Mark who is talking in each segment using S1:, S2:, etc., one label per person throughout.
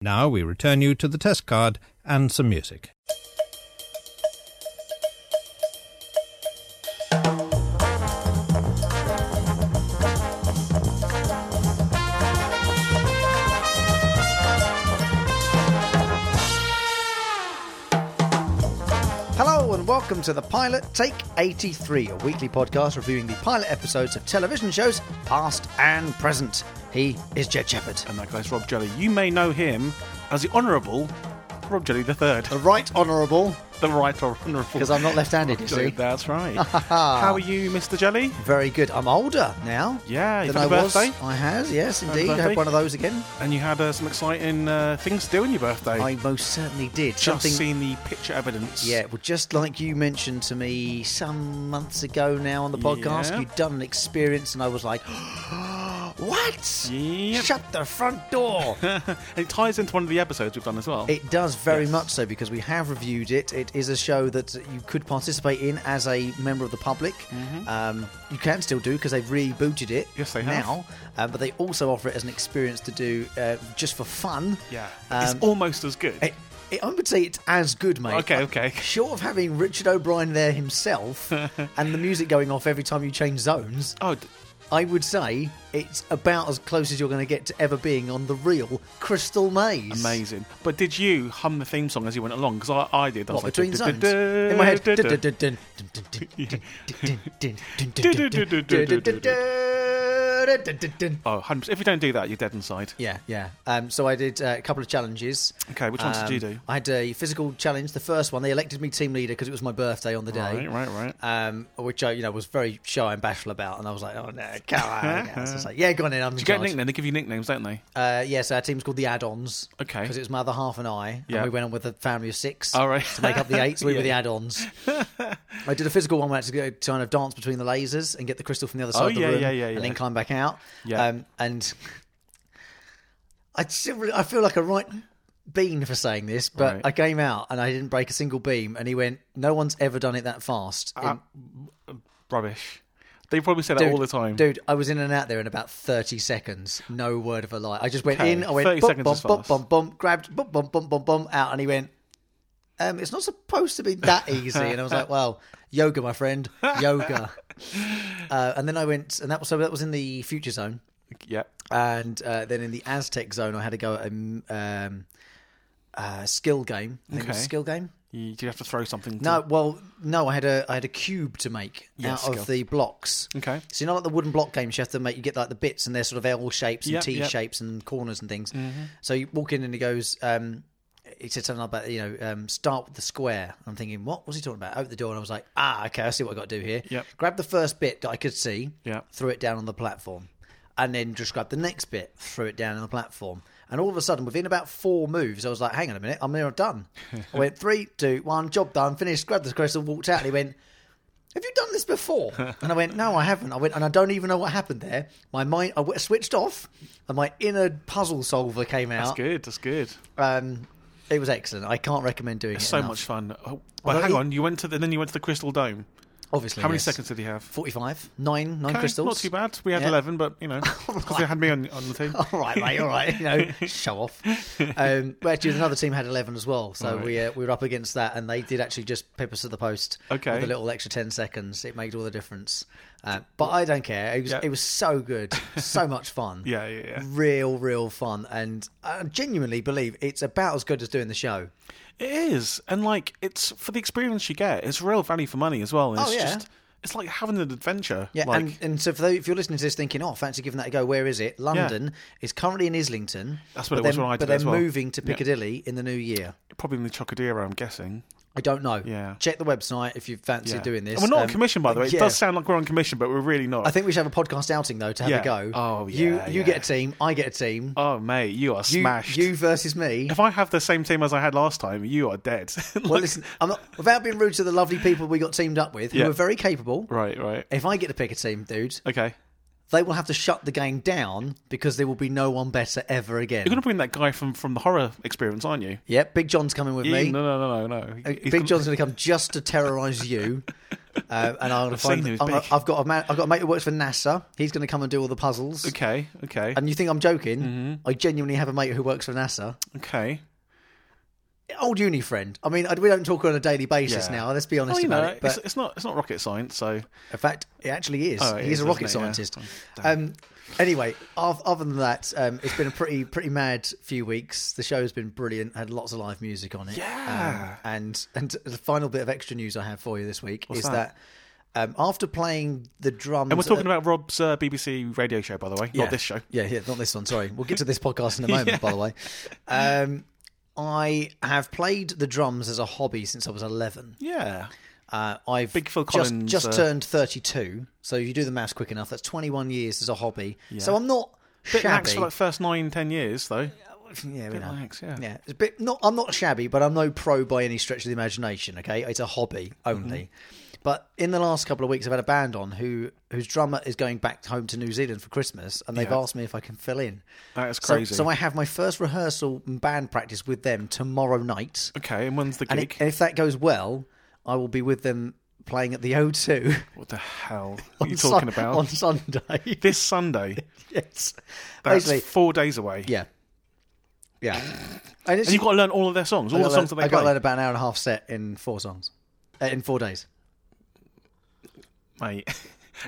S1: Now we return you to the test card and some music.
S2: Hello and welcome to the Pilot Take 83, a weekly podcast reviewing the pilot episodes of television shows, past and present. He is Jed Shepard.
S3: And that guy's Rob Jelly. You may know him as the Honourable Rob Jelly the Third,
S2: The Right Honourable,
S3: the Right Honourable.
S2: because I'm not left handed, you see.
S3: That's right. How are you, Mr. Jelly?
S2: Very good. I'm older now.
S3: Yeah, you've
S2: than I
S3: had a
S2: was.
S3: birthday?
S2: I has, yes,
S3: a
S2: indeed. I
S3: birthday?
S2: had one of those again.
S3: And you had uh, some exciting uh, things to do on your birthday.
S2: I most certainly did.
S3: just
S2: Something.
S3: seen the picture evidence.
S2: Yeah, well, just like you mentioned to me some months ago now on the podcast,
S3: Yeah.
S2: you'd done an experience, and I was like, What?
S3: Yep.
S2: Shut the front door.
S3: and it ties into one of the episodes we've done as well.
S2: It does very
S3: Yes.
S2: much so because we have reviewed it. It is a show that you could participate in as a member of the public. Um, you can still do because they've rebooted it.
S3: Mm-hmm. Yes, they have.
S2: now, um, but they also offer it as an experience to do uh, just for fun.
S3: yeah.
S2: um,
S3: it's almost as good.
S2: it, it, I would say it's as good, mate.
S3: Okay,
S2: Uh,
S3: okay.
S2: Short of having Richard O'Brien there himself and the music going off every time you change zones,
S3: oh, d-
S2: I would say it's about as close as you're going to get to ever being on the real Crystal Maze.
S3: amazing. But did you hum the theme song as you went along? Because I, I did. I
S2: What,
S3: was like,
S2: between zones?
S3: "Du-du-du-du,
S2: In my head.
S3: du-du-du." Oh, 100%. If you don't do that, you're dead inside.
S2: Yeah, yeah. Um, so I did uh, a couple of challenges.
S3: Okay, which ones did
S2: Um,
S3: you do?
S2: I had a physical challenge. The first one, they elected me team leader because it was my birthday on the day.
S3: Right, right, right.
S2: Um, which I, you know, was very shy and bashful about, and I was like, "Oh no, come on!" Yeah, so it's like, yeah, go on in. I'm in
S3: You get a
S2: charge."
S3: nickname. They give you nicknames, don't they?
S2: Uh, yeah, so our team's called the Add-ons.
S3: Okay.
S2: Because it was my other half and I,
S3: Yeah.
S2: and we went on with a family of six.
S3: All right.
S2: To make up the eight, so we were
S3: Yeah.
S2: the Add-ons. I did a physical one where I had to go kind of dance between the lasers and get the crystal from the other side of the
S3: Oh, yeah,
S2: room,
S3: yeah, yeah, yeah.
S2: and then climb back out.
S3: Yeah.
S2: Um, and I still, really- I feel like a right bean for saying this, but
S3: Right.
S2: I came out and I didn't break a single beam, and he went, "No one's ever done it that fast."
S3: Uh,
S2: in-
S3: Rubbish. They probably say that all the time.
S2: Dude, I was in and out there in about 30 seconds. No word of a lie. I just went
S3: Okay,
S2: in, I went
S3: 30
S2: bump,
S3: seconds
S2: bump,
S3: is
S2: bump,
S3: fast.
S2: bump, bump, grabbed, bump, bump, bump, bump, bump, out. And he went, um, it's not supposed to be that easy. And I was like, well, yoga, my friend, yoga. uh, and then I went, and that was, so that was in the future zone.
S3: Yeah.
S2: And uh, then in the Aztec zone, I had to go at a m- um, uh, skill game. I think it was a
S3: Okay.
S2: skill game.
S3: You, you have to throw something. to-
S2: No, well, no. I had a I had a cube to make
S3: Yeah,
S2: out
S3: skill.
S2: of the blocks.
S3: Okay.
S2: So you know, like the wooden block games, you have to make. You get like the bits, and they're sort of L shapes and
S3: Yep,
S2: T
S3: yep.
S2: shapes and corners and things.
S3: Mm-hmm.
S2: So you walk in, and he goes. Um, he said something about you know um, start with the square. I'm thinking, what was he talking about? Out the door, and I was like, ah, okay, I see what I got to do here.
S3: Yep.
S2: Grab the first bit that I could see.
S3: Yeah.
S2: Threw it down on the platform, and then just grab the next bit, threw it down on the platform. And all of a sudden, within about four moves, I was like, hang on a minute, I'm near done. I went three, two, one, job done, finished, grabbed the crystal, walked out. And he went, have you done this before? And I went, no, I haven't. I went, and I don't even know what happened there. My mind, I w- switched off, and my inner puzzle solver came
S3: That's
S2: out.
S3: good. That's good.
S2: Um, it was excellent. I can't recommend doing it.
S3: So
S2: enough.
S3: much fun. Oh, but
S2: Although
S3: hang
S2: he-
S3: on. You went to the, then you went to the Crystal Dome.
S2: Obviously.
S3: How many
S2: yes.
S3: seconds did he have?
S2: 45. Nine, nine
S3: Okay,
S2: crystals.
S3: Not too bad. We had
S2: Yeah. Oh.
S3: eleven, but you know, because they had me on, on the team.
S2: all right, mate, all right, you know, show off. Um, but actually, another team had 11 as well, so we, uh, we were up against that, and they did actually just pip us to the post
S3: Okay.
S2: with a little extra 10 seconds. It made all the difference. Uh, but I don't care. It was,
S3: Yeah.
S2: it was so good, so much fun.
S3: Yeah, yeah, yeah.
S2: Real, real fun, and I genuinely believe it's about as good as doing the show.
S3: It is, and like it's for the experience you get. It's real value for money as well. And
S2: Oh,
S3: it's
S2: yeah.
S3: just It's like having an adventure.
S2: Yeah,
S3: like,
S2: and, and so for those, if you're listening to this thinking, oh, fancy giving that a go, where is it? London is currently in Islington.
S3: That's what
S2: but
S3: it was
S2: they're-
S3: when I
S2: But
S3: did
S2: they're
S3: as well.
S2: moving to
S3: Yeah.
S2: Piccadilly in the new year.
S3: probably in the Chocodero, I'm guessing.
S2: I don't know.
S3: Yeah.
S2: Check the website if you fancy
S3: Yeah.
S2: doing this.
S3: And we're not
S2: Um,
S3: on commission, by the way. It
S2: yeah.
S3: does sound like we're on commission, but we're really not.
S2: I think we should have a podcast outing though to have
S3: Yeah.
S2: a go.
S3: Oh,
S2: You
S3: yeah,
S2: you
S3: yeah.
S2: get a team. I get a team.
S3: oh, mate, you are
S2: you,
S3: smashed.
S2: you versus me.
S3: If I have the same team as I had last time, you are dead.
S2: Well, listen, I'm not, without being rude to the lovely people we got teamed up with,
S3: Yeah.
S2: who are very capable.
S3: right, right.
S2: If I get to pick a team, dude,
S3: Okay.
S2: they will have to shut the game down because there will be no one better ever again.
S3: You're going to bring that guy from, from the horror experience, aren't you?
S2: Yep, Big John's coming with me. Uh,
S3: No, no, no, no, no. He's
S2: Big
S3: gonna-
S2: John's going to come just to terrorise you. Uh, and I'm going to
S3: seen
S2: find.
S3: him,
S2: I'm
S3: he's
S2: gonna,
S3: big.
S2: I've got a man. I've got a mate who works for NASA. He's going to come and do all the puzzles.
S3: Okay, okay,
S2: And you think I'm joking?
S3: Mm-hmm.
S2: I genuinely have a mate who works for NASA.
S3: okay.
S2: Old uni friend. I mean, I, we don't talk on a daily basis
S3: Yeah.
S2: now. Let's be honest
S3: Well, you
S2: about
S3: know,
S2: it.
S3: uh, it's,
S2: But
S3: it's not it's not rocket science, so
S2: in fact, it actually is.
S3: Oh, it
S2: He's
S3: is,
S2: a
S3: isn't
S2: rocket
S3: it? Yeah.
S2: scientist.
S3: Oh, damn.
S2: Um, anyway, oth- other than that, um, it's been a pretty pretty mad few weeks. The show's been brilliant. Had lots of live music on it.
S3: Yeah.
S2: Um, and and the final bit of extra news I have for you this week is
S3: that?
S2: that, um, after playing the drums,
S3: And we're talking about Rob's uh, BBC radio show, by the way, not this show.
S2: Yeah, yeah, not this one. Sorry, we'll get to this podcast in a moment. By the way, um, I have played the drums as a hobby since I was eleven.
S3: Yeah,
S2: Uh, I've
S3: Big Phil
S2: just,
S3: Collins,
S2: just
S3: uh,
S2: turned thirty-two, so if you do the maths quick enough. That's twenty-one years as a hobby. So I'm not
S3: bit lax
S2: shabby.
S3: for like first nine, ten years though.
S2: yeah, we
S3: Bit
S2: know.
S3: lax, yeah.
S2: Yeah, it's a bit. Not, I'm not shabby, but I'm no pro by any stretch of the imagination. Okay, it's a hobby only.
S3: Mm-hmm.
S2: But in the last couple of weeks, I've had a band on who whose drummer is going back home to New Zealand for Christmas, and they've
S3: Yeah.
S2: asked me if I can fill in.
S3: That is
S2: So-
S3: crazy.
S2: So, I have my first rehearsal and band practice with them tomorrow night,
S3: Okay, and when's the
S2: and
S3: gig?
S2: it- if that goes well, I will be with them playing at the O2.
S3: what the hell are you
S2: on Sun-
S3: talking about?
S2: on Sunday?
S3: This Sunday.
S2: yes,
S3: That's
S2: basically,
S3: four days away.
S2: yeah, yeah. And, it's,
S3: And you've got to learn all of their songs, all the songs that they
S2: I got
S3: play.
S2: learned about an hour and a half set in four songs, uh, in four days.
S3: Mate.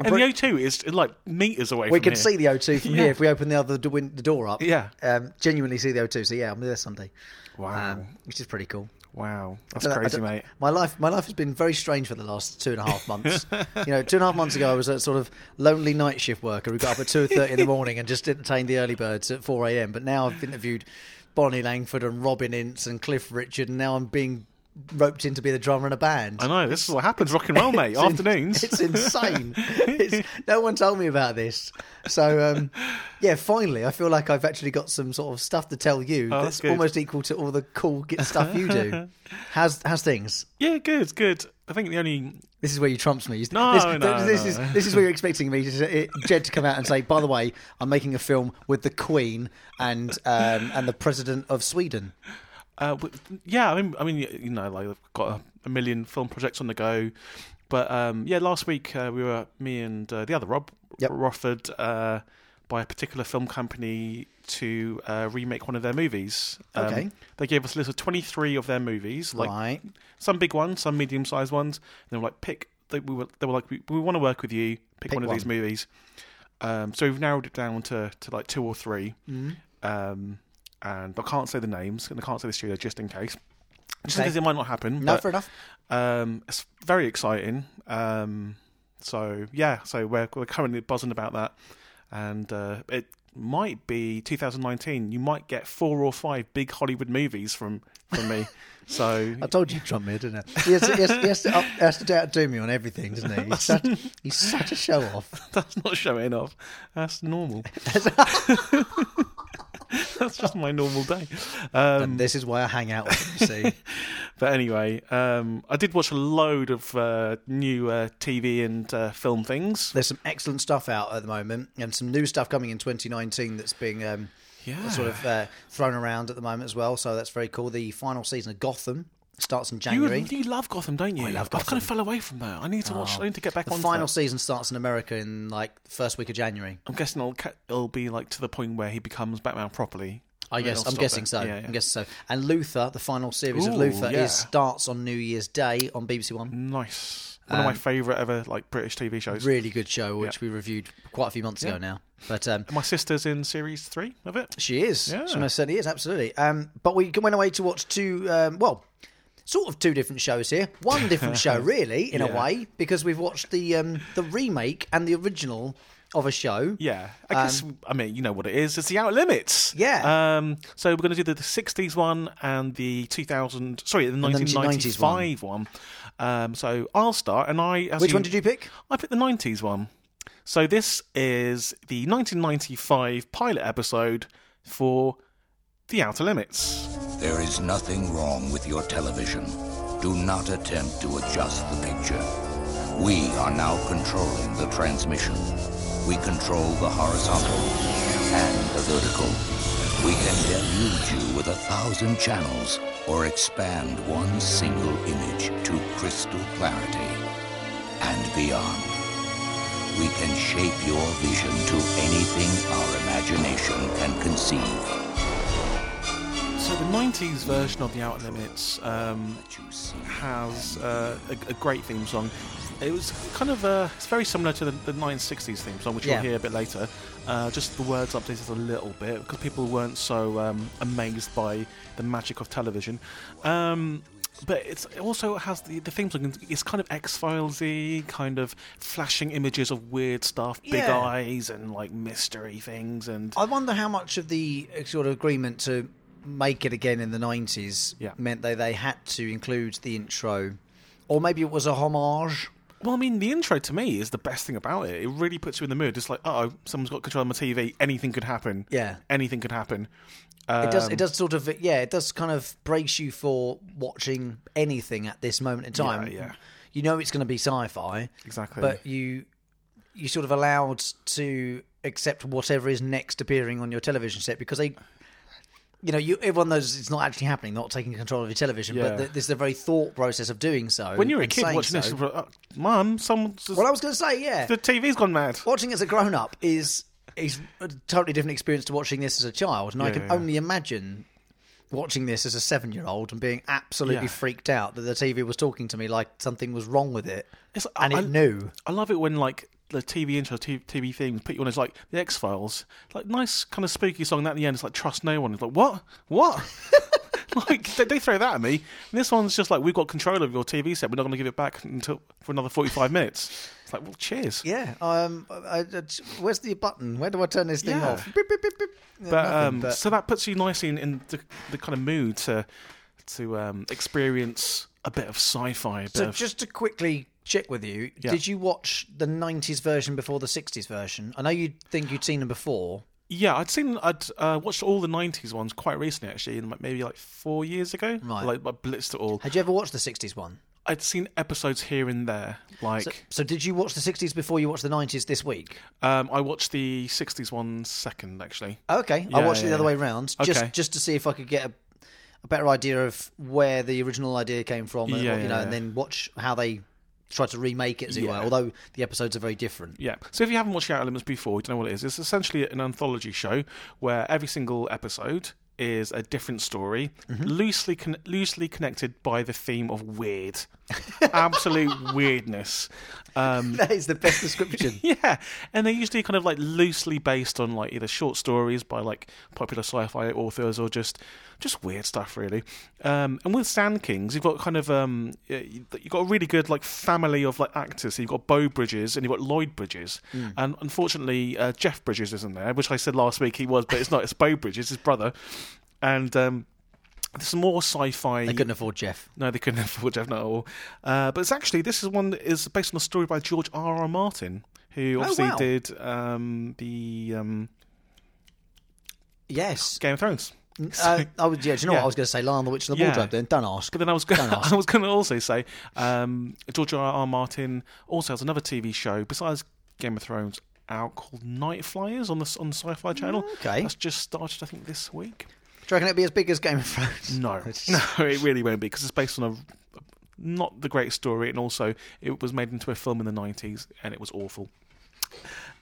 S3: and the O2 is like meters away
S2: We
S3: from
S2: can
S3: here.
S2: see the O2 from here if we open the other do- win- the door up.
S3: Yeah.
S2: um, genuinely see the O2. So yeah, I'm there Sunday,
S3: Wow.
S2: um, which is pretty cool.
S3: wow. That's
S2: don't know, I
S3: crazy,
S2: don't-
S3: mate.
S2: My life, my life has been very strange for the last two and a half months. you know, two and a half months ago, I was a sort of lonely night shift worker who got up at two thirty in the morning and just entertained the early birds at four a.m. But now I've interviewed Bonnie Langford and Robin Ince and Cliff Richard, and now I'm being roped in to be the drummer in a band.
S3: I know. This is what happens. Rock and roll, mate.
S2: It's in-
S3: Afternoons.
S2: it's insane. It's, no one told me about this. So, um, yeah, finally, I feel like I've actually got some sort of stuff to tell you
S3: Oh, that's
S2: that's
S3: good.
S2: almost equal to all the cool get stuff you do. how's, how's things?
S3: yeah, good, good. I think the only.
S2: This is where you trumps me. This-
S3: No,
S2: this,
S3: no,
S2: this
S3: no.
S2: is this is where you're expecting me, to, Jed, to come out and say, "By the way, I'm making a film with the Queen and um, and the President of Sweden."
S3: Uh, but- yeah, I mean, I mean, you know, like I've got a, a million film projects on the go, but um, yeah, last week uh, we were me and uh, the other Rob
S2: Yep.
S3: were offered uh, by a particular film company to uh, remake one of their movies. Um,
S2: Okay.
S3: They gave us a list of twenty-three of their movies, like
S2: right?
S3: some big ones, some medium-sized ones, and they were like, pick. They, we were, they were like, we, we want to work with you. Pick,
S2: Pick
S3: one of these
S2: one.
S3: movies. Um, so we've narrowed it down to, to like two or 3 Um, and I can't say the names, and I can't say the studio just in case, just
S2: Okay.
S3: because it might not happen.
S2: No,
S3: but,
S2: fair enough.
S3: um, it's very exciting. Um, so yeah, so we're we're currently buzzing about that, and uh, it might be 2019. You might get four or five big Hollywood movies from from me. so
S2: I told you he'd trump me, didn't I? He has, to- he has, he has to, up, he has to outdo me on everything, doesn't he? He's such, he's such a show off.
S3: That's not showing off. That's normal. That's just my normal day. Um,
S2: And this is why I hang out with him, you see.
S3: but anyway, um, I did watch a load of uh, new uh, TV and uh, film things.
S2: There's some excellent stuff out at the moment and some new stuff coming in 2019 that's being um,
S3: Yeah.
S2: sort of uh, thrown around at the moment as well. So that's very cool. The final season of Gotham starts in
S3: You,
S2: January.
S3: you love Gotham, don't you? I
S2: love
S3: I've kind
S2: Gotham. Oh,
S3: of fell away from that. I need to watch. I need to get back
S2: the
S3: on
S2: final
S3: That.
S2: season starts in America in like the first week of January.
S3: I'm guessing it'll, ca- it'll be like to the point where he becomes Batman properly.
S2: I
S3: Then
S2: guess
S3: I'll
S2: I'm
S3: stop
S2: guessing
S3: it.
S2: so.
S3: Yeah, yeah.
S2: I'm guessing so. And Luther, the final series of
S3: Ooh,
S2: Luther,
S3: yeah.
S2: is starts on New Year's Day on BBC One.
S3: Nice. One
S2: Um,
S3: of my favourite ever like British TV shows.
S2: really good show which we reviewed quite a few months ago now but um
S3: my sister's in series three of it.
S2: she is
S3: Yeah.
S2: she most certainly is absolutely um but we went away to watch two um well sort of two different shows here one different show really in a
S3: Yeah.
S2: way because we've watched the um the remake and the original of a show
S3: Yeah, I guess I mean you know what it is. It's the Outer Limits.
S2: Um, Yeah.
S3: Um. So we're going to do the, the '60s one and the 2000. Sorry, the 1995 one. Um. So I'll start, and I. As
S2: which one did you pick
S3: I picked the 90s one. So this is the 1995 pilot episode for the Outer Limits.
S4: There is nothing wrong with your television. Do not attempt to adjust the picture. We are now controlling the transmission. We control the horizontal and the vertical. We can deluge you with a thousand channels or expand one single image to crystal clarity. and beyond. We can shape your vision to anything our imagination can conceive.
S3: So the 90s version of the Outer Limits um,
S4: Let you see.
S3: has uh, a, a great theme song. It was kind of uh, it's very similar to the, the 1960s theme song, which
S2: Yeah.
S3: you'll hear a bit later. Uh, just the words updated a little bit because people weren't so um, amazed by the magic of television. Um, but it's, it also has the, the theme song. It's kind of X Filesy, kind of flashing images of weird stuff, big
S2: Yeah.
S3: eyes, and like mystery things. And
S2: I wonder how much of the uh, sort of agreement to make it again in the 90s
S3: Yeah.
S2: meant that they had to include the intro, or maybe it was a homage.
S3: Well, I mean, the intro to me is the best thing about it. It really puts you in the mood. It's like, oh, someone's got control of my TV. Anything could happen.
S2: Yeah.
S3: anything could happen.
S2: It does.
S3: Um,
S2: It does sort of. Yeah. It does kind of brace you for watching anything at this moment in time.
S3: Yeah, yeah.
S2: You know it's going to be sci-fi,
S3: Exactly.
S2: but you you sort of allowed to accept whatever is next appearing on your television set because they. You know, you everyone knows it's not actually happening, not taking control of your television,
S3: Yeah.
S2: but th- there's the very thought process of doing so.
S3: when you're a
S2: and
S3: kid
S2: saying
S3: watching this,
S2: so.
S3: you're like, oh, mum, someone's just,
S2: Well, I was going to say, yeah,
S3: the TV's gone mad.
S2: watching as a grown up is is a totally different experience to watching this as a child, and I
S3: Yeah,
S2: can
S3: yeah, yeah.
S2: only imagine watching this as a seven year old and being absolutely
S3: Yeah.
S2: freaked out that the TV was talking to me like something was wrong with it,
S3: It's-
S2: and
S3: I-
S2: it knew.
S3: I love it when like the TV intro, T- TV themes put you on as like the X Files, like nice kind of spooky song. And at the end, it's like trust no one. It's like what, what? like they, they throw that at me. And this one's just like we've got control of your TV set. We're not going to give it back until for another forty-five minutes. It's like well, cheers.
S2: Yeah. Um. I, I, where's the button? Where do I turn this thing
S3: Yeah.
S2: off? Beep, beep, beep, beep. Yeah,
S3: but,
S2: nothing,
S3: um, so that puts you nicely in, in the, the kind of mood to to um, experience a bit of sci-fi. A bit
S2: so
S3: of,
S2: just to quickly check with you, did you watch the '90s version before the '60s version? I know you think you'd seen them before.
S3: yeah, I'd seen I'd uh, watched all the '90s ones quite recently, actually, in like maybe like four years ago.
S2: Right.
S3: like I blitzed it all.
S2: Had you ever watched the '60s one?
S3: I'd seen episodes here and there. Like
S2: So did you watch the '60s before you watched the '90s this week?
S3: um, I watched the '60s one second, actually.
S2: Okay, I
S3: Yeah,
S2: watched it the
S3: yeah,
S2: other
S3: yeah.
S2: way round
S3: Okay.
S2: just just to see if I could get a, a better idea of where the original idea came from, and,
S3: Yeah,
S2: what- you
S3: yeah,
S2: know,
S3: yeah.
S2: and then watch how they try to remake it, as it were.
S3: Yeah.
S2: Although the episodes are very different.
S3: Yeah. So if you haven't watched The Outer Limits before, you don't know what it is. It's essentially an anthology show where every single episode is a different story, loosely con- loosely connected by the theme of weird, absolute weirdness. Um,
S2: That is the best description.
S3: yeah, and they're usually kind of like loosely based on like either short stories by like popular sci-fi authors or just just weird stuff really. Um, and with Sand Kings, you've got kind of um, y- you've got a really good like family of like actors. So you've got Bo Bridges and you've got Lloyd Bridges, and unfortunately uh, Jeff Bridges isn't there, which I said last week he was, but it's not. It's Bo Bridges, his brother, and. Um, there's more sci-fi.
S2: I couldn't afford Jeff.
S3: No, they couldn't afford Jeff Not at all. Uh, but it's actually this is one that is based on a story by George R. R. Martin, who obviously
S2: Oh, wow.
S3: did um, the um,
S2: Yes.
S3: Game of Thrones.
S2: Uh, I was, yeah, do you know what
S3: Yeah.
S2: I was going to say? Lion the Witch in the
S3: Yeah.
S2: Wardrobe, then? Don't ask.
S3: But then I was going
S2: ask.
S3: I was going to also say um, George R. R. Martin also has another TV show besides Game of Thrones out called Night Flyers on the on the Sci-Fi Channel.
S2: Mm, okay.
S3: that's just started I think this week.
S2: Do you reckon it'd be as big as Game of Thrones?
S3: No, no, it really won't be because it's based on a not the great story, and also it was made into a film in the nineties, and it was awful.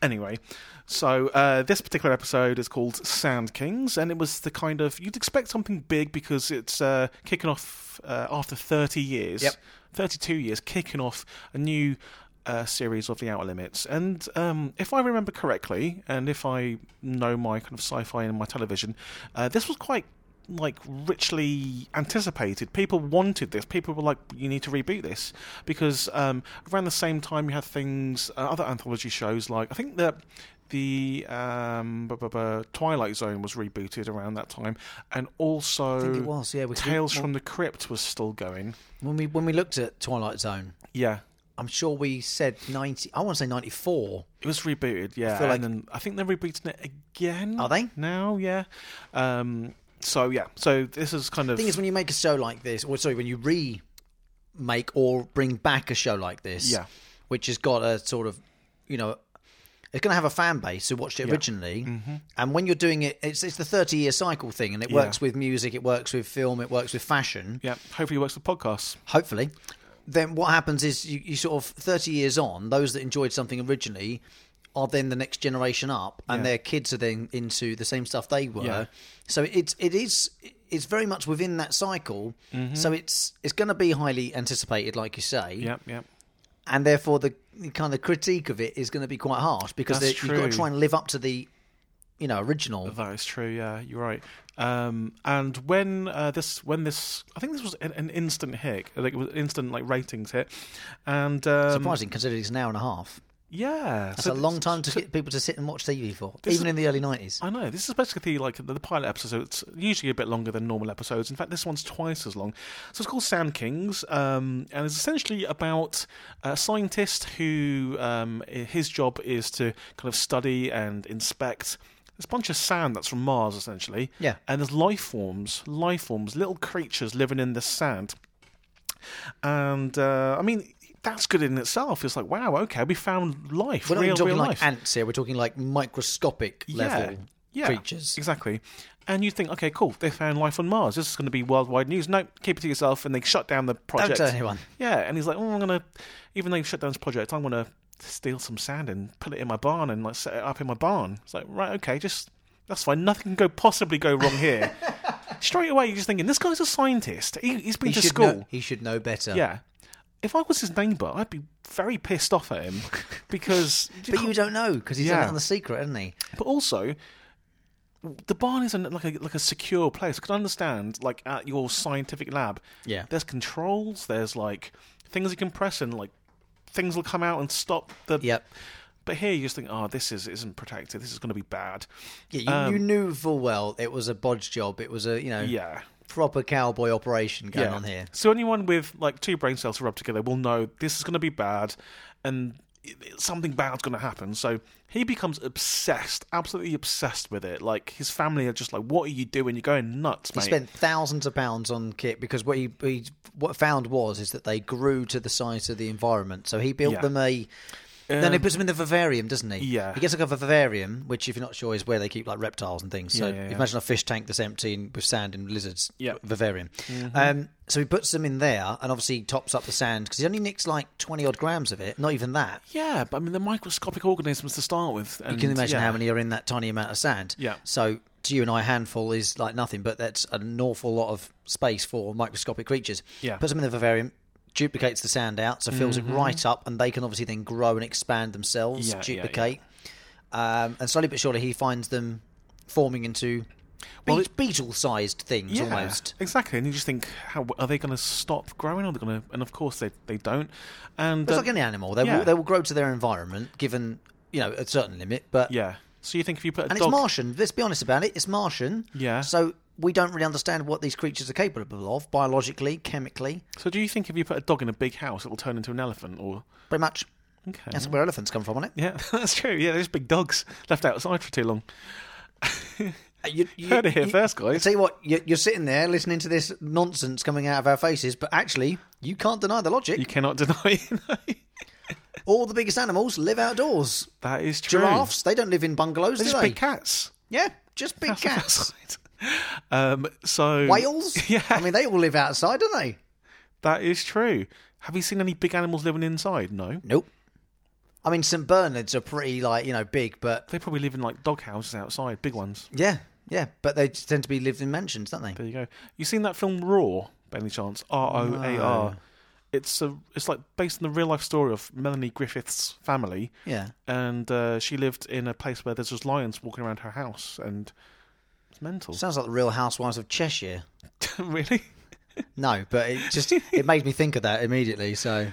S3: Anyway, so uh, this particular episode is called Sand Kings, and it was the kind of you'd expect something big because it's uh, kicking off uh, after thirty years,
S2: Yep.
S3: thirty-two years, kicking off a new. Uh, series of the Outer Limits, and um, if I remember correctly, and if I know my kind of sci-fi and my television, uh, this was quite like richly anticipated. People wanted this. People were like, "You need to reboot this," because um, around the same time you had things, uh, other anthology shows like I think that the um, bu- bu- bu- Twilight Zone was rebooted around that time, and also
S2: think it was, yeah, we could-
S3: Tales from the Crypt was still going.
S2: When we when we looked at Twilight Zone,
S3: Yeah.
S2: I'm sure we said 90. I want to say 94.
S3: It was rebooted, yeah.
S2: feel like-
S3: and then I think they're rebooting it again.
S2: Are they?
S3: now? Yeah. Um, so yeah. So this is kind of
S2: thing is when you make a show like this or sorry when you remake or bring back a show like this
S3: Yeah.
S2: which has got a sort of you know it's going to have a fan base who watched it originally
S3: Mm-hmm.
S2: and when you're doing it it's, it's the 30 year cycle thing and it works with music it works with film it works with fashion
S3: yeah. Hopefully, it works for podcasts.
S2: hopefully then what happens is you, you sort of 30 years on, those that enjoyed something originally are then the next generation up, and
S3: Yeah.
S2: their kids are then into the same stuff they were.
S3: Yeah.
S2: So it's it is it's very much within that cycle.
S3: Mm-hmm.
S2: So it's it's going to be highly anticipated, like you say,
S3: Yep, yep.
S2: and therefore the the kind of critique of it is going to be quite harsh because
S3: That's
S2: they- you've got
S3: true. um,
S2: to try and live up to the you know original.
S3: That is true. Yeah, you're right. Um, and when uh, this, when this, I think this was an, an instant hit, like it was instant like ratings hit, and um,
S2: Surprising, considering it's an hour and a half.
S3: yeah,
S2: It's a long time to get people to sit and watch TV for,
S3: This
S2: even
S3: is-
S2: in the early nineties.
S3: I know. This is basically like the, the pilot episode. It's usually a bit longer than normal episodes. In fact, this one's twice as long. So it's called Sand Kings, um, and it's essentially about a scientist who um, i- his job is to kind of study and inspect. This bunch of sand that's from Mars, essentially.
S2: Yeah.
S3: And there's life forms, life forms, little creatures living in this sand and uh, I mean that's good in itself. It's like wow, okay, we found life,
S2: We're not
S3: real,
S2: even talking
S3: real
S2: like
S3: life.
S2: ants here. We're talking like microscopic level creatures.
S3: exactly. And you think, okay, cool, they found life on Mars. This is going to be worldwide news. No, keep it to yourself. And they shut down the project.
S2: tell anyone.
S3: Yeah, and he's like, oh, I'm gonna, even though you shut down this project, I'm gonna steal some sand and put it in my barn and like set it up in my barn. It's like, right, okay, just that's fine. Nothing can go possibly go wrong here. Straight away, you're just thinking, this guy's a scientist. He, he's been
S2: He
S3: to
S2: should
S3: school.
S2: Know, he should know better.
S3: Yeah. If I was his neighbour, I'd be very pissed off at him because.
S2: But you don't know because he's
S3: Yeah.
S2: done it on the secret, hasn't he?
S3: But also, the barn isn't like a like a secure place. I can understand, like at your scientific lab,
S2: Yeah.
S3: There's controls. There's like things you can press, and like things will come out and stop the.
S2: Yep.
S3: But here you just think, oh, this is isn't protected. This is going to be bad.
S2: Yeah, you, you knew full well it was a bodge job. It was a you know
S3: Um, Yeah.
S2: proper cowboy operation Mm. going
S3: Yeah.
S2: on here.
S3: So anyone with like two brain cells rubbed together will know this is going to be bad, and it- it- something bad's going to happen. So he becomes obsessed, absolutely obsessed with it. Like his family are just like, "What are you doing? You're going nuts,
S2: He
S3: mate."
S2: spent thousands of pounds on kit because what he, he what found was is that they grew to the size of the environment. So he built
S3: Yeah. Um,
S2: them a. then he puts them in the vivarium, doesn't he?
S3: yeah.
S2: He gets like a vivarium, which, if you're not sure, is where they keep like reptiles and things. So
S3: Yeah, yeah, yeah.
S2: imagine a fish tank that's empty and with sand and lizards.
S3: Yeah. Mm-hmm.
S2: Vivarium. Um, so he puts them in there, and obviously he tops up the sand because he only nicks like twenty odd grams of it. Not even that.
S3: yeah, but I mean, the microscopic organisms to start with. And,
S2: You can imagine
S3: yeah.
S2: how many are in that tiny amount of sand.
S3: Yeah.
S2: So to you and I, a handful is like nothing, but that's an awful lot of space for microscopic creatures.
S3: Yeah. Mm-hmm.
S2: Puts them in the vivarium, duplicates the sand out, so fills it right up, and they can obviously then grow and expand themselves,
S3: Yeah, yeah, yeah.
S2: duplicate. Um, and slowly but surely, he finds them forming into
S3: Well,
S2: be- beetle-sized things
S3: Yeah,
S2: almost.
S3: exactly. And you just think, how are they going to stop growing? Are they going to? And of course, they they don't. And
S2: It's
S3: uh,
S2: like any animal; they
S3: yeah.
S2: will, they will grow to their environment given you know a certain limit, but
S3: yeah. So you think if you put a
S2: And
S3: dog,
S2: it's Martian. Let's be honest about it. It's Martian.
S3: Yeah.
S2: So we don't really understand what these creatures are capable of biologically, chemically,
S3: so do you think if you put a dog in a big house, it will turn into an elephant or?
S2: pretty much.
S3: Okay.
S2: That's where elephants come from, isn't it?
S3: Yeah, that's true. Yeah, there's big dogs left outside for too long.
S2: You, you-
S3: Heard it here
S2: you-
S3: first,
S2: I
S3: guys.
S2: tell you what, you're, you're sitting there listening to this nonsense coming out of our faces, but actually, you can't deny the logic.
S3: You cannot deny it.
S2: All the biggest animals live outdoors.
S3: that is true.
S2: Giraffes, they don't live in bungalows,
S3: They're
S2: do
S3: just
S2: they?
S3: big cats.
S2: yeah, just big cats.
S3: Outside. Um, so
S2: Whales?
S3: Yeah.
S2: I mean, they all live outside, don't they?
S3: that is true. Have you seen any big animals living inside? No.
S2: Nope. I mean, St. Bernards are pretty, like, you know, big, but
S3: They probably live in like dog houses outside, big ones.
S2: yeah, yeah, but they tend to be lived in mansions, don't they?
S3: There you go. You seen that film Raw by any chance? R O A R. It's a it's like based on the real life story of Melanie Griffith's family.
S2: Yeah.
S3: and uh, she lived in a place where there's just lions walking around her house, and it's mental.
S2: Sounds like the Real Housewives of Cheshire.
S3: really?
S2: No, but it just it made me think of that immediately. So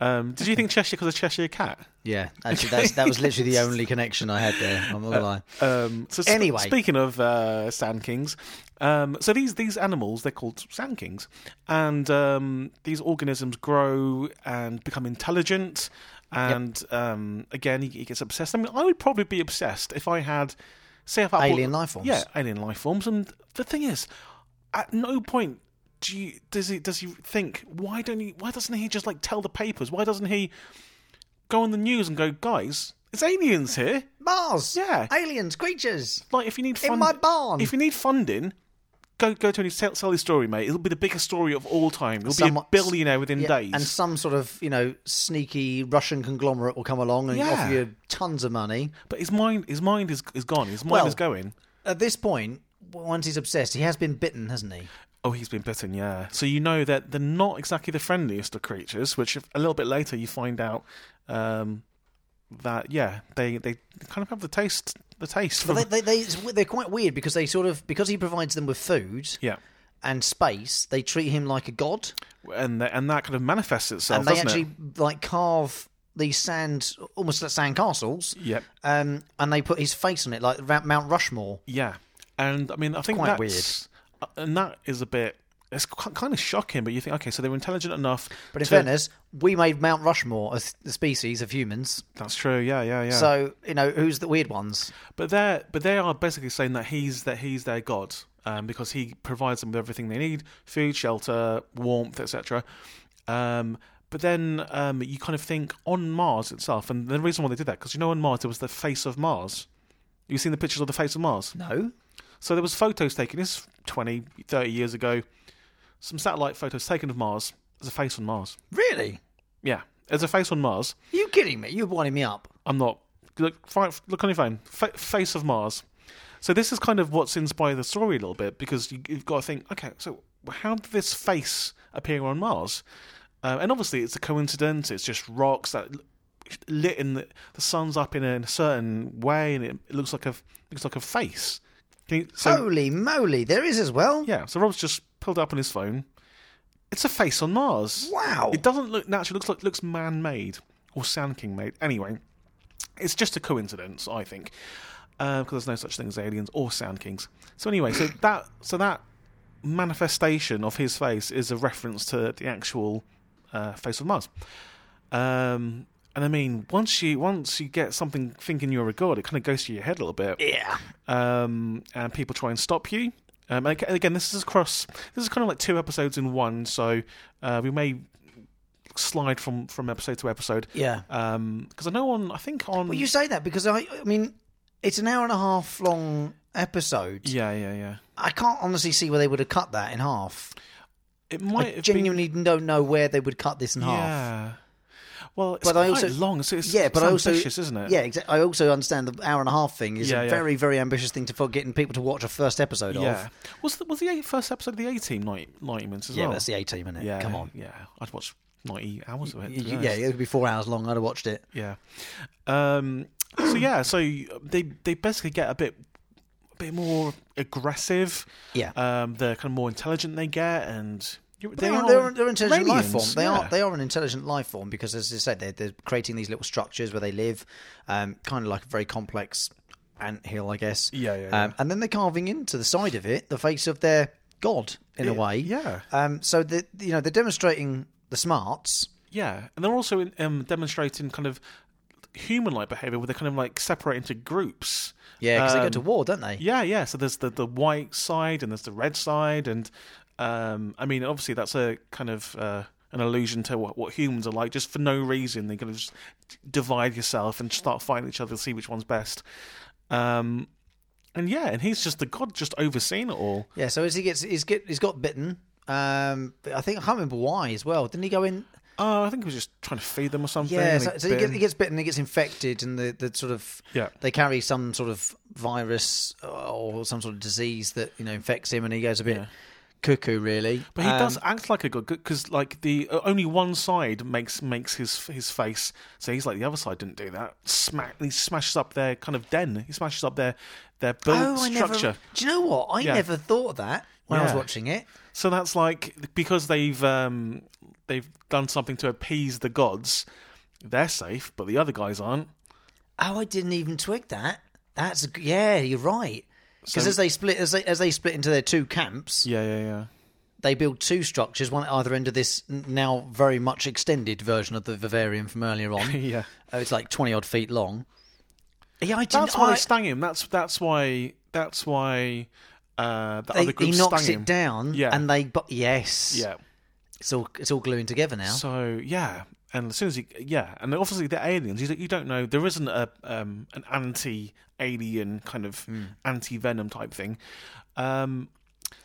S3: Um, did you think Cheshire because of Cheshire Cat?
S2: yeah, actually, that's, that was literally the only connection I had there. I'm not gonna lie.
S3: Um, so sp-
S2: Anyway.
S3: speaking of uh, sand kings, um, so these these animals they're called sand kings, and um, these organisms grow and become intelligent. And um, again, he, he gets obsessed. I mean, I would probably be obsessed if I had, say, if I bought-
S2: Alien life forms.
S3: Yeah, alien life forms. And the thing is, at no point do you does he does he think why don't he why doesn't he just like tell the papers? Why doesn't he go on the news and go, guys, it's aliens here.
S2: Mars.
S3: Yeah.
S2: Aliens, creatures.
S3: Like if you need
S2: In
S3: fund-
S2: my barn.
S3: if you need funding, go go Tony, sell, sell his story, mate. It'll be the biggest story of all time. It'll be a
S2: Someone-
S3: billionaire within
S2: Yeah,
S3: days.
S2: And some sort of, you know, sneaky Russian conglomerate will come along and
S3: Yeah.
S2: offer you tons of money.
S3: but his mind, his mind is is gone. His mind
S2: Well-
S3: is going.
S2: At this point, once he's obsessed, he has been bitten, hasn't he?
S3: Oh, he's been bitten, yeah. So you know that they're not exactly the friendliest of creatures. Which a little bit later you find out um, that yeah, they they kind of have the taste, the taste.
S2: But
S3: for-
S2: they, they, they, it's- they're quite weird because they sort of, because he provides them with food
S3: yeah,
S2: and space, they treat him like a god.
S3: and th and that kind of manifests itself,
S2: and they
S3: doesn't
S2: actually,
S3: it?
S2: like, carve these sand, almost like sand castles.
S3: Yep.
S2: Um, and they put his face on it, like Ra- Mount Rushmore.
S3: Yeah, and I mean, I think
S2: Quite
S3: that's weird, and that is a bit. It's ki- kind of shocking, but you think, okay, so they were intelligent enough.
S2: But in
S3: to-
S2: fairness, we made Mount Rushmore as the species of humans.
S3: that's true. Yeah, yeah, yeah.
S2: So, you know, who's the weird ones?
S3: but they are but they are basically saying that he's that he's their god, um, because he provides them with everything they need: food, shelter, warmth, etc. Um, but then um, you kind of think on Mars itself, and the reason why they did that because you know on Mars there was the face of Mars. You've seen the pictures of the face of Mars.
S2: No.
S3: So there was photos taken this is 20, 30 years ago. Some satellite photos taken of Mars. There's a face on Mars.
S2: Really?
S3: Yeah, there's a face on Mars.
S2: Are you kidding me? You're winding me up.
S3: I'm not. Look, fi- look on your phone. Fa face of Mars. So this is kind of what's inspired the story a little bit because you, you've got to think, okay, so how did this face appear on Mars? Uh, and obviously, it's a coincidence. It's just rocks that l- lit in the, the sun's up in a, in a certain way, and it, it looks like a looks like a face. Can you, so
S2: Holy moly, there is as well.
S3: Yeah, so Rob's just pulled up on his phone. It's a face on Mars.
S2: Wow.
S3: It doesn't look natural. Looks like looks man-made or Sand King-made. Anyway, it's just a coincidence, I think, because there's no such thing as aliens or Sand Kings. So anyway, so that so that manifestation of his face is a reference to the actual uh, face of Mars. Um, and I mean, once you once you get something thinking you're a god, it kind of goes to your head a little bit
S2: Yeah.
S3: um, and people try and stop you. Um, and ag- again, this is across. This is kind of like two episodes in one, so uh, we may slide from from episode to episode.
S2: Yeah.
S3: Because I know on, I think on.
S2: Well, you say that because I, I mean, it's an hour and a half long episode.
S3: yeah, yeah, yeah.
S2: I can't honestly see where they would have cut that in half.
S3: It might
S2: I
S3: have
S2: genuinely don't know where they would cut this in
S3: been.
S2: half.
S3: Yeah. Well, it's
S2: But I
S3: quite
S2: also-
S3: long. So it's,
S2: Yeah, but
S3: it's
S2: I also
S3: ambitious, isn't it?
S2: Yeah, exactly. I also understand the hour and a half thing is
S3: Yeah,
S2: a
S3: yeah.
S2: very, very ambitious thing to for getting people to watch a first episode
S3: Yeah.
S2: of.
S3: Was the, was the eight, first episode of the A Team ninety minutes as
S2: Yeah,
S3: well?
S2: that's the eighteen minute.
S3: yeah,
S2: Come on.
S3: Yeah, I'd watch ninety hours of it. to
S2: You-
S3: be
S2: you-
S3: honest.
S2: yeah, it would be four hours long. I'd have watched it.
S3: Yeah. Um, so yeah, so they they basically get a bit a bit more aggressive.
S2: Yeah.
S3: Um, the kind of more intelligent they get, and you,
S2: They, are, they're, they're an intelligent life form.
S3: aliens,
S2: They
S3: yeah.
S2: are they are an intelligent life form because, as I said, they're, they're creating these little structures where they live, um, kind of like a very complex ant hill, I guess.
S3: Yeah, yeah, yeah.
S2: Um, and then they're carving into the side of it the face of their god in a
S3: Yeah,
S2: way.
S3: yeah.
S2: Um, so the you know they're demonstrating the smarts.
S3: Yeah, and they're also in, um, demonstrating kind of human-like behavior, where they kind of like separate into groups.
S2: Yeah, because they go
S3: Um,
S2: to war, don't they?
S3: Yeah, yeah. So there's the, the white side and there's the red side, and um, I mean, obviously that's a kind of uh, an allusion to what, what humans are like. Just for no reason, they kind of just divide yourself and start fighting each other to see which one's best. Um, and yeah, and he's just the god, just overseeing it all.
S2: Yeah, So as he gets he's get he's got bitten. Um, but I think I can't remember why as well. Didn't he go in?
S3: Uh, I think he was just trying to feed them or something.
S2: Yeah,
S3: and
S2: so,
S3: they
S2: so he,
S3: bit
S2: gets,
S3: him.
S2: he gets bitten, he gets infected, and the, the sort of
S3: Yeah.
S2: they carry some sort of virus uh, or some sort of disease that you know infects him, and he goes a bit cuckoo, really.
S3: But he
S2: Um,
S3: does act like a good because like the uh, only one side makes makes his his face. So he's like the other side didn't do that. Smack! He smashes up their kind of den. He smashes up their their built
S2: Oh, I never.
S3: structure.
S2: Do you know what? I
S3: Yeah.
S2: never thought of that when I was
S3: Yeah.
S2: watching it.
S3: So that's like because they've um they've done something to appease the gods. They're safe, but the other guys aren't.
S2: Oh, I didn't even twig that. That's a g- yeah, you're right. Because
S3: So-
S2: as they split, as they as they split into their two camps,
S3: Yeah, yeah, yeah.
S2: they build two structures, one at either end of this n- now very much extended version of the Vivarium from earlier on.
S3: Yeah.
S2: Oh, it's like twenty odd feet long. Yeah, I didn't.
S3: That's why
S2: I-
S3: they stung him. That's that's why that's why uh the
S2: they-
S3: other group
S2: he
S3: stung
S2: knocks
S3: him.
S2: it down.
S3: Yeah.
S2: and they. But yes,
S3: Yeah.
S2: it's all it's all gluing together now.
S3: So yeah, and as soon as he yeah, and obviously the aliens. You, don't- you don't know there isn't a um,
S2: Hmm.
S3: an anti alien kind of anti venom type thing. Um,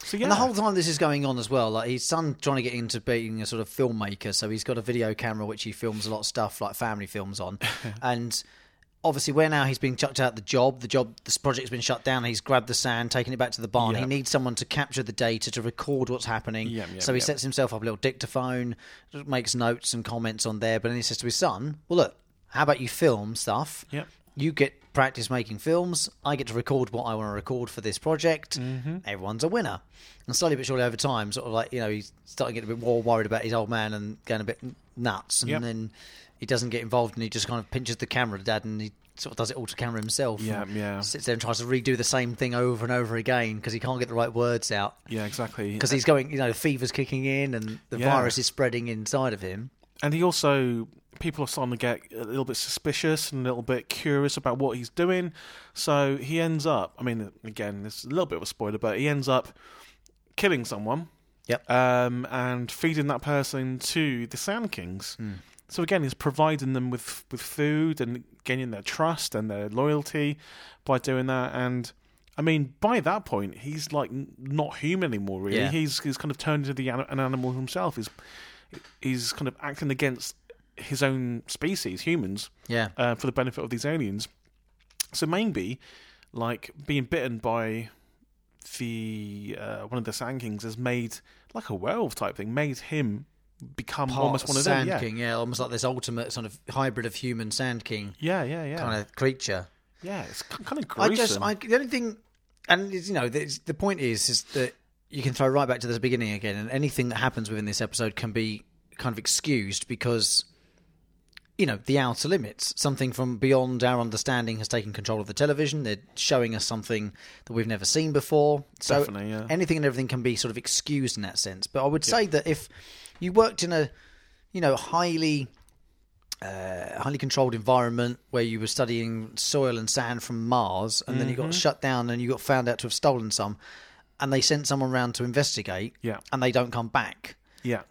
S3: So yeah,
S2: And the whole time this is going on as well, like his son trying to get into being a sort of filmmaker, so he's got a video camera which he films a lot of stuff like family films on, and obviously where now he's been chucked out the job, the job this project's been shut down, he's grabbed the sand, taken it back to the barn. He
S3: Yep.
S2: needs someone to capture the data to record what's happening,
S3: Yep, yep,
S2: so he
S3: yep.
S2: sets himself up a little dictaphone, makes notes and comments on there, but then he says to his son, "Well, look, how about you film stuff?
S3: Yep.
S2: you get practice making films. I get to record what I want to record for this project.
S3: Mm-hmm.
S2: Everyone's a winner. And slowly but surely over time, sort of like, you know, he's starting to get a bit more worried about his old man and going a bit nuts. And
S3: Yep.
S2: then he doesn't get involved and he just kind of pinches the camera, dad, and he sort of does it all to camera himself.
S3: Yeah,
S2: and
S3: yeah.
S2: Sits there and tries to redo the same thing over and over again because he can't get the right words out.
S3: yeah, exactly.
S2: Because he's going, you know, the fever's kicking in and the
S3: Yeah.
S2: virus is spreading inside of him.
S3: and he also people are starting to get a little bit suspicious and a little bit curious about what he's doing so he ends up i mean again this is a little bit of a spoiler but he ends up killing someone
S2: Yep.
S3: um, and feeding that person to the sand kings so again he's providing them with with food and gaining their trust and their loyalty by doing that and I mean, by that point, he's like n- not human anymore. Really,
S2: Yeah.
S3: he's he's kind of turned into the an, an animal himself. He's he's kind of acting against his own species, humans,
S2: Yeah.
S3: uh, for the benefit of these aliens. So maybe, like being bitten by the uh, one of the Sand Kings has made like a werewolf type thing, made him become
S2: Part
S3: almost one of
S2: Sand
S3: them. Yeah.
S2: King, yeah, almost like this ultimate sort of hybrid of human Sand King.
S3: yeah, yeah, yeah,
S2: kind of creature.
S3: yeah. It's kind of
S2: I
S3: gruesome.
S2: just, I, the only thing, and it's, you know, the, the point is, is that you can throw right back to the beginning again, and anything that happens within this episode can be kind of excused because, you know, the outer limits, something from beyond our understanding has taken control of the television. They're showing us something that we've never seen before. So
S3: Definitely, yeah.
S2: anything and everything can be sort of excused in that sense. But I would say that if you worked in a, you know, highly a highly controlled environment where you were studying soil and sand from Mars, and then you got shut down and you got found out to have stolen some, and they sent someone round to investigate,
S3: Yeah.
S2: and they don't come back.
S3: yeah,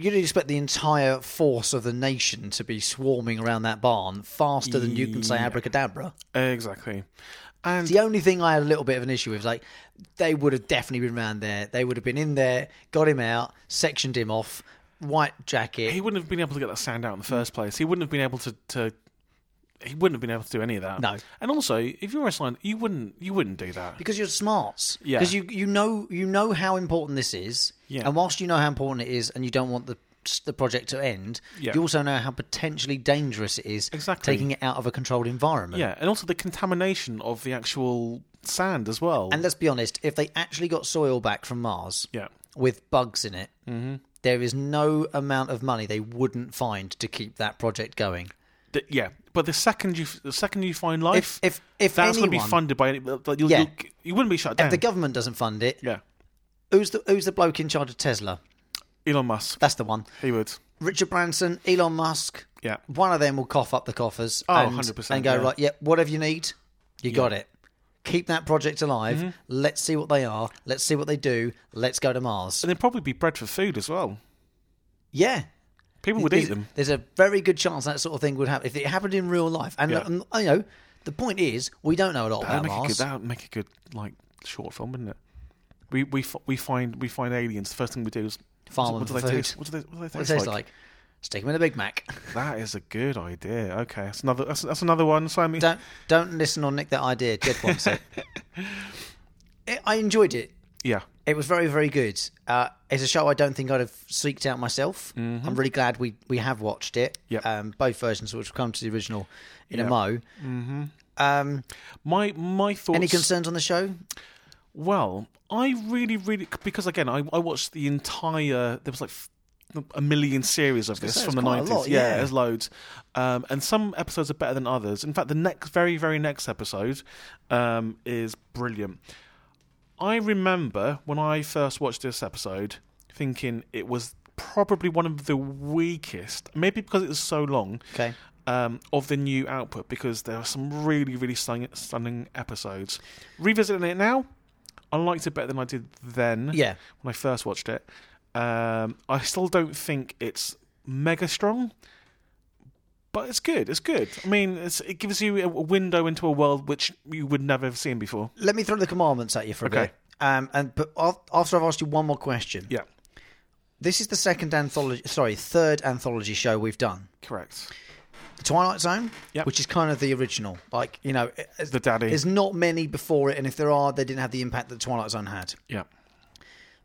S2: You'd expect the entire force of the nation to be swarming around that barn faster than you can say abracadabra.
S3: exactly. And
S2: The only thing I had a little bit of an issue with, like, they would have definitely been round there. They would have been in there, got him out, sectioned him off, white jacket.
S3: he wouldn't have been able to get that sand out in the first place. He wouldn't have been able to, to he wouldn't have been able to do any of that.
S2: No.
S3: And also, if you were a sign, you wouldn't you wouldn't do that.
S2: because you're smarts.
S3: Yeah.
S2: Because you you know you know how important this is.
S3: Yeah.
S2: And whilst you know how important it is, and you don't want the the project to end,
S3: Yeah.
S2: you also know how potentially dangerous it is.
S3: Exactly.
S2: Taking it out of a controlled environment.
S3: Yeah, and also the contamination of the actual sand as well.
S2: And let's be honest, if they actually got soil back from Mars,
S3: yeah, Mm-hmm.
S2: with bugs in it, there is no amount of money they wouldn't find to keep that project going.
S3: The- yeah. But the second you the second you find life,
S2: if- if
S3: that's going to
S2: anyone-
S3: be funded by any, like, you'll,
S2: Yeah.
S3: you'll, you wouldn't be shut down.
S2: If the government doesn't fund it,
S3: yeah,
S2: who's the who's the bloke in charge of Tesla?
S3: Elon Musk,
S2: That's the one.
S3: he would.
S2: Richard Branson, Elon Musk.
S3: Yeah.
S2: One of them will cough up the coffers
S3: Oh,
S2: and,
S3: 100%,
S2: and go,
S3: yeah.
S2: right, yep, whatever you need, you got it. Keep that project alive.
S3: Mm-hmm.
S2: Let's see what they are. Let's see what they do. Let's go to Mars.
S3: And they'd probably be bred for food as well.
S2: Yeah.
S3: People would
S2: there's,
S3: eat them.
S2: There's a very good chance that sort of thing would happen if it happened in real life. And,
S3: Yeah.
S2: um, you know, the point is, we don't know a lot
S3: That'd
S2: about
S3: make a good,
S2: Mars.
S3: that'd make a good like short film, wouldn't it? We we f- we find we find aliens. The first thing we do is
S2: Farm
S3: What
S2: them
S3: do
S2: for
S3: they
S2: food.
S3: taste? What do they, what do they
S2: What it
S3: taste,
S2: tastes like?
S3: like?
S2: Stick them in a Big Mac.
S3: That is a good idea. Okay, that's another. That's, that's another one. So I mean,
S2: don't don't listen or nick that idea. Jed wants it. it. I enjoyed it.
S3: yeah,
S2: It was very, very good. Uh, it's a show I don't think I'd have seeked out myself. I'm really glad we, we have watched it.
S3: Mm-hmm. Yep.
S2: Um, both versions, which will come to the original in a
S3: Yep. Mm-hmm.
S2: mo. Um,
S3: my my thoughts.
S2: any concerns on the show?
S3: well, I really, really because again, I, I watched the entire. There was like f- a million series of this
S2: say,
S3: from
S2: it's
S3: the
S2: quite a
S3: nineties.
S2: lot, yeah.
S3: there's loads, um, and some episodes are better than others. In fact, the next, very, very next episode um, is brilliant. I remember when I first watched this episode thinking it was probably one of the weakest, maybe because it was so long.
S2: Okay.
S3: um, of the new output because there are some really, really stunning, stunning episodes. Revisiting it now, I liked it better than I did then.
S2: Yeah.
S3: when I first watched it, um, I still don't think it's mega strong, but it's good. It's good. I mean, it's, it gives you a window into a world which you would never have seen before.
S2: Let me throw the commandments at you for a
S3: Okay.
S2: bit. Um, and but af- after I've asked you one more question,
S3: Yeah,
S2: this is the second anthology. Sorry, third anthology show we've done.
S3: correct.
S2: The Twilight Zone,
S3: Yep.
S2: which is kind of the original. Like you know, it-
S3: The daddy.
S2: There's not many before it, and if there are, they didn't have the impact that Twilight Zone had.
S3: Yeah.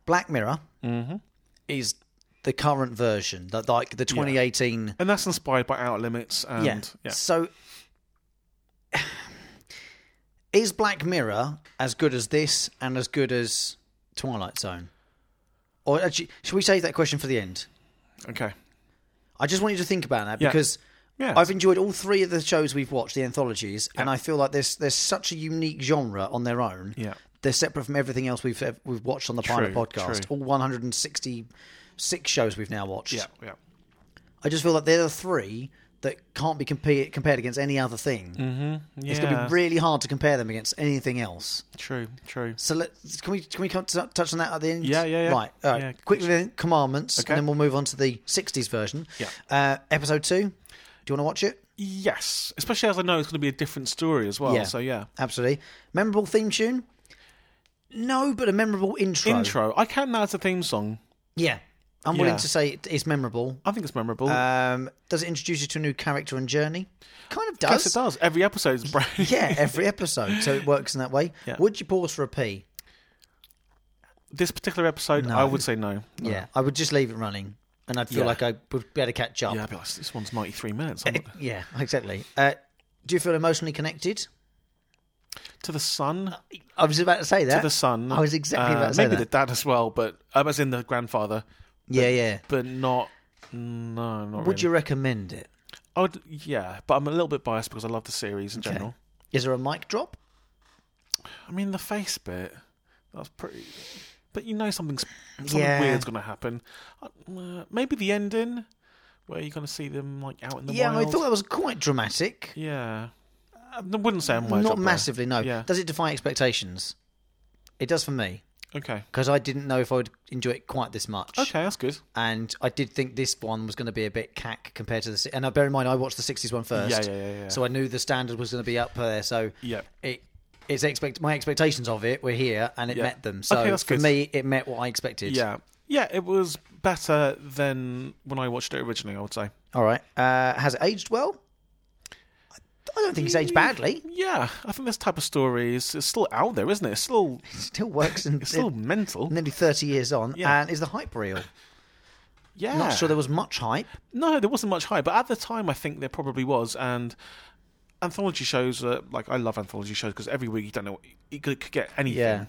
S2: Black Mirror
S3: Mm-hmm.
S2: is the current version, the, like the 2018
S3: And that's inspired by Outer Limits and yeah.
S2: So is Black Mirror as good as this and as good as Twilight Zone? Or actually, should we save that question for the end?
S3: Okay.
S2: I just want you to think about that
S3: Yeah.
S2: because
S3: Yeah.
S2: I've enjoyed all three of the shows we've watched, the anthologies, and I feel like there's there's such a unique genre on their own.
S3: Yeah.
S2: They're separate from everything else we've ev- we've watched on the Pilot
S3: True,
S2: Podcast. All
S3: true.
S2: 166 shows we've now watched.
S3: Yeah. Yeah.
S2: I just feel like they're the three that can't be compa- compared against any other thing. It's going to
S3: Yeah.
S2: be really hard to compare them against anything else.
S3: True. True.
S2: So let, can we can we come to, touch on that at the end?
S3: Yeah, yeah, yeah.
S2: Right, all right.
S3: Yeah.
S2: Quickly, then, commandments,
S3: Okay.
S2: and then we'll move on to the '60s version.
S3: Yeah.
S2: Uh, episode two. Do you want to watch it?
S3: Yes. Especially as I know it's going to be a different story as well. Oh, So yeah.
S2: absolutely. Memorable theme tune. No, but a memorable intro.
S3: Intro. I count that as a theme song.
S2: Yeah, I'm willing
S3: Yeah.
S2: to say it is memorable.
S3: I think it's memorable.
S2: Um, does it introduce you to a new character and journey? Kind of
S3: yes,
S2: does.
S3: it does. Every episode is brand.
S2: yeah, every episode, so it works in that way.
S3: Yeah.
S2: Would you pause for a pee?
S3: This particular episode, I would say no. No.
S2: Yeah, I would just leave it running, and I'd feel
S3: Yeah.
S2: like I would be able to catch up.
S3: Yeah, I'd be like, this one's 93 minutes. I'm not-
S2: Yeah, exactly. Uh, do you feel emotionally connected?
S3: to the sun.
S2: I was about to say that.
S3: To the sun.
S2: Uh, I was exactly
S3: Uh,
S2: about to say
S3: Maybe
S2: that.
S3: the dad as well, but um, as in the grandfather,
S2: yeah, yeah.
S3: but not. No, not
S2: Would
S3: really.
S2: you recommend it?
S3: I would, yeah, but I'm a little bit biased because I love the series in general.
S2: Is there a mic drop?
S3: I mean, the face bit, that's pretty. But you know something's something
S2: Yeah.
S3: weird's going to happen. Uh, maybe the ending, where you're going to see them like out in the
S2: yeah,
S3: wild.
S2: I thought that was quite dramatic.
S3: Yeah, I wouldn't say I'm
S2: Not massively, no.
S3: Yeah.
S2: Does it defy expectations? It does for me
S3: Okay,
S2: because I didn't know if I would enjoy it quite this much.
S3: okay, that's good.
S2: and I did think this one was going to be a bit cack compared to the. si- And I bear in mind, I watched the '60s one first,
S3: Yeah, yeah, yeah, yeah.
S2: So I knew the standard was going to be up there. So
S3: Yeah.
S2: it it's expect my expectations of it were here, and it
S3: Yeah.
S2: met them. So
S3: Okay, that's
S2: for
S3: good.
S2: me, it met what I expected.
S3: Yeah, yeah, it was better than when I watched it originally. I would say.
S2: All right. Uh, has it aged well? I I don't think it's aged badly.
S3: Yeah, I think this type of story is, is still out there, isn't it? It's still,
S2: It still works and
S3: it's still mental.
S2: nearly 30 years on.
S3: Yeah.
S2: And is the hype real?
S3: Yeah,
S2: I'm Not sure there was much hype.
S3: No, there wasn't much hype, but at the time, I think there probably was. And anthology shows, uh, like I love anthology shows because every week you don't know you could, could get anything.
S2: Yeah.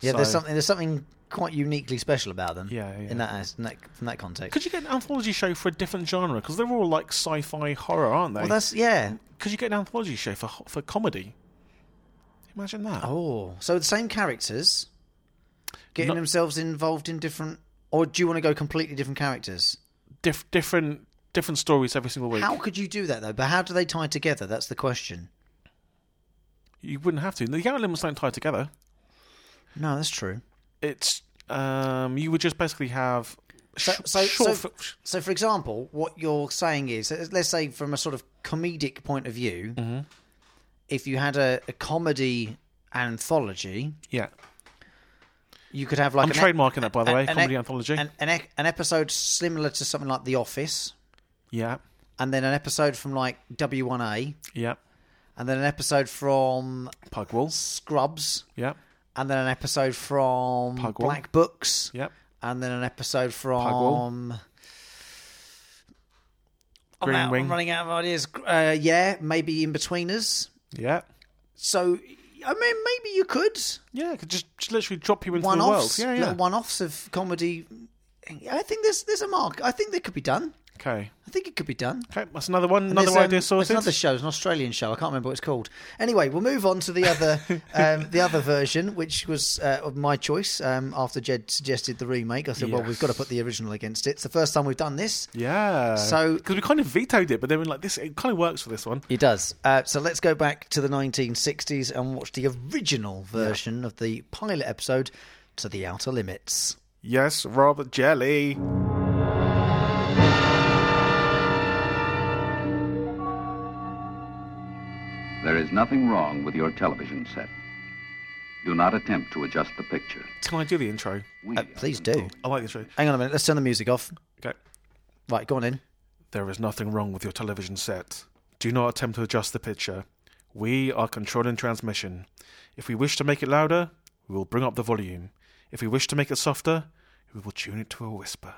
S2: Yeah. There's
S3: So-
S2: something. There's something quite uniquely special about them.
S3: Yeah, yeah.
S2: In that, as- in that from that context.
S3: Could you get an anthology show for a different genre? Because they're all like sci-fi horror, aren't they?
S2: well, that's yeah.
S3: Could you get an anthology show for ho- for comedy? Imagine that.
S2: Oh, so the same characters getting
S3: Not-
S2: themselves involved in different, or do you want to go completely different characters?
S3: Dif- different different stories every single week.
S2: How could you do that though? But how do they tie together? That's the question.
S3: You wouldn't have to. The Outer Limits don't tie together.
S2: No, that's true.
S3: It's um, you would just basically have sh-
S2: So, so,
S3: short.
S2: so,
S3: fi-
S2: so, for example, what you're saying is, uh, let's say from a sort of comedic point of view,
S3: Mm-hmm.
S2: if you had a, a comedy anthology,
S3: yeah,
S2: you could have like
S3: I'm
S2: an,
S3: trademarking that by the
S2: an-
S3: way.
S2: an- e-,
S3: comedy anthology.
S2: an, an, ec- an episode similar to something like The Office,
S3: yeah,
S2: and then an episode from like W1A.
S3: yeah.
S2: and then an episode from
S3: Pugwall.
S2: Scrubs,
S3: Yep.
S2: and then an episode from
S3: Pugwall.
S2: Black Books,
S3: Yep.
S2: and then an episode from.
S3: Pugwall.
S2: I'm
S3: Green
S2: out- I'm
S3: Wing.
S2: running out of ideas. Uh, yeah, maybe in betweeners.
S3: Yeah.
S2: So, I mean, maybe you could
S3: Yeah, it could just, just literally drop you into
S2: one
S3: the world.
S2: offs,
S3: Yeah, yeah.
S2: little one offs of comedy. I think there's there's a mark. I think that could be done.
S3: Okay.
S2: I think it could be done.
S3: Okay, that's another one.
S2: And
S3: Another
S2: there's, um,
S3: idea
S2: there's
S3: sorted.
S2: Another show, it's an Australian show. I can't remember what it's called. Anyway, we'll move on to the other, um, the other version, which was uh, of my choice. Um, after Jed suggested the remake, I said, "Well, we've got to put the original against it." It's the first time we've done this.
S3: Yeah.
S2: So-
S3: because we kind of vetoed it, but then we're like, this it kind of works for this one.
S2: It does. Uh, so let's go back to the 1960s and watch the original version of the pilot episode to the outer limits.
S3: Yes, Rob Jelly.
S4: There is nothing wrong with your television set.
S5: Do not attempt to adjust the picture.
S3: Can I do the intro?
S5: We
S2: Uh,
S5: are
S2: please
S5: control-
S2: do.
S3: I like the intro.
S2: Hang on a minute. Let's turn the music off.
S3: Okay.
S2: Right, go on in.
S3: There is nothing wrong with your television set. Do not attempt to adjust the picture. We are controlling transmission. If we wish to make it louder, we will bring up the volume. If we wish to make it softer, we will tune it to a whisper.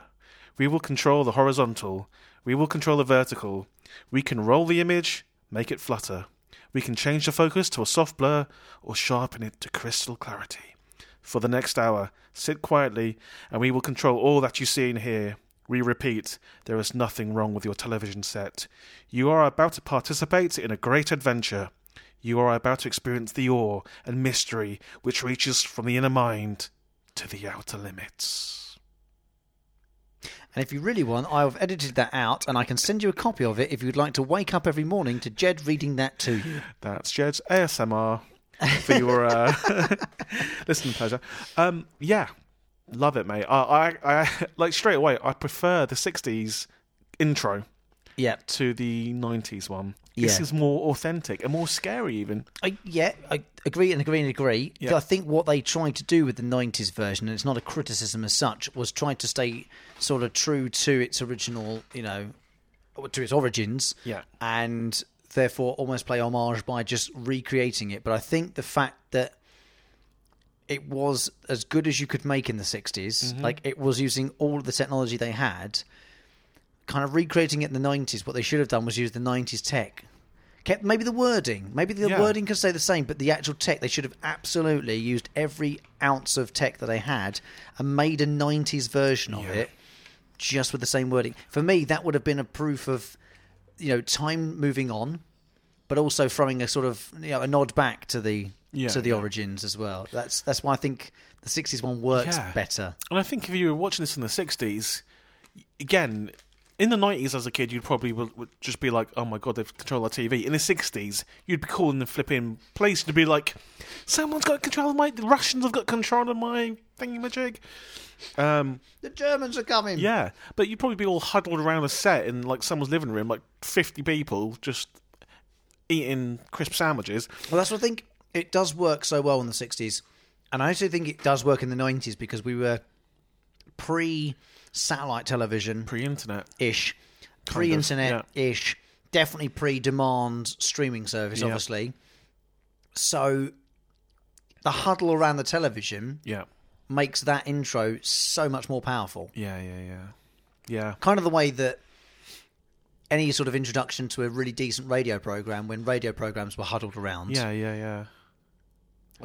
S3: We will control the horizontal. We will control the vertical. We can roll the image, make it flutter. We can change the focus to a soft blur or sharpen it to crystal clarity. For the next hour, sit quietly, and we will control all that you see and hear. We repeat, there is nothing wrong with your television set. You are about to participate in a great adventure. You are about to experience the awe and mystery which reaches from the inner mind to the outer limits.
S2: And if you really want, I've edited that out and I can send you a copy of it if you'd like to wake up every morning to Jed reading that to you.
S3: That's Jed's ASMR for your uh, listening pleasure. Um, yeah, love it, mate. I, I, I like straight away. I prefer the '60s intro
S2: Yeah.
S3: to the '90s one. This
S2: Yeah.
S3: is more authentic and more scary, even.
S2: I, yeah, I agree and agree and agree.
S3: Yeah.
S2: I think what they tried to do with the 90s version, and it's not a criticism as such, was try to stay sort of true to its original, you know, to its origins.
S3: Yeah.
S2: And therefore almost play homage by just recreating it. But I think the fact that it was as good as you could make in the 60s,
S3: Mm-hmm.
S2: like it was using all of the technology they had, kind of recreating it in the 90s. What they should have done was use the 90s tech kept maybe the wording maybe the
S3: Yeah.
S2: wording could stay the same but the actual tech they should have absolutely used every ounce of tech that they had and made a 90s version of it just with the same wording for me that would have been a proof of you know time moving on but also throwing a sort of you know a nod back to the
S3: Yeah,
S2: to the
S3: yeah.
S2: origins as well that's that's why i think the 60s one works
S3: Yeah.
S2: better
S3: And I think if you were watching this in the '60s, again, in the '90s as a kid, you'd probably would, would just be like, "Oh my god, they've controlled our TV." In the '60s, you'd be calling the flipping place to be like, "Someone's got control of my the Russians have got control of my thingamajig." Um,
S2: the germans are coming
S3: yeah, but you'd probably be all huddled around a set in like someone's living room, like fifty people just eating crisp sandwiches.
S2: Well, that's what I think. It does work so well in the 60s. And I actually think it does work in the 90s because we were pre satellite television
S3: Pre-internet,
S2: ish, pre internet ish, definitely pre demand streaming service,
S3: Yeah.
S2: obviously. So the huddle around the television
S3: yeah,
S2: makes that intro so much more powerful.
S3: yeah, yeah, yeah, yeah.
S2: Kind of the way that any sort of introduction to a really decent radio program when radio programs were huddled around
S3: Yeah, yeah, yeah.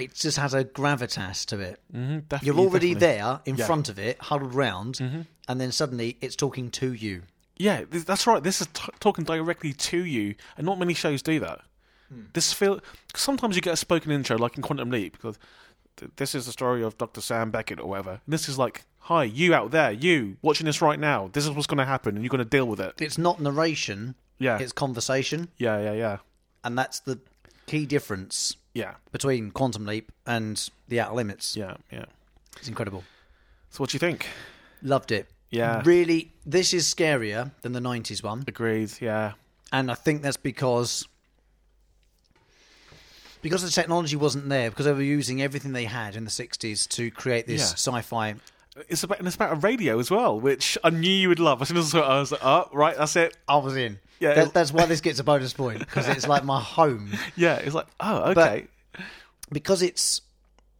S2: it just has a gravitas to it
S3: hmm
S2: You're already there in
S3: Yeah. Mm-hmm.
S2: front of it, huddled round, and then suddenly it's talking to you.
S3: Yeah, th- that's right. This is t- talking directly to you, and not many shows do that.
S2: Hmm.
S3: This feel sometimes you get a spoken intro, like in Quantum Leap, because th- this is the story of Doctor Sam Beckett or whatever. And this is like, "Hi, you out there, you watching this right now. This is what's going to happen, and you're going to deal with it."
S2: It's not narration,
S3: Yeah,
S2: it's conversation,
S3: yeah, yeah, yeah,
S2: and that's the key difference
S3: yeah,
S2: between Quantum Leap and The Outer Limits.
S3: yeah, yeah.
S2: It's incredible.
S3: So, what do you think?
S2: Loved it.
S3: Yeah.
S2: Really, this is scarier than the 90s one,
S3: Agreed. Yeah,
S2: and I think that's because because the technology wasn't there because they were using everything they had in the 60s to create this
S3: Yeah.
S2: sci-fi
S3: it's about and it's about a radio as well, which I knew you would love. As soon as I saw it, I was like, "Oh, right, that's it."
S2: I was in.
S3: Yeah,
S2: That-
S3: it-
S2: that's why this gets a bonus point because it's like my home.
S3: Yeah, it's like, "Oh, okay."
S2: But- Because it's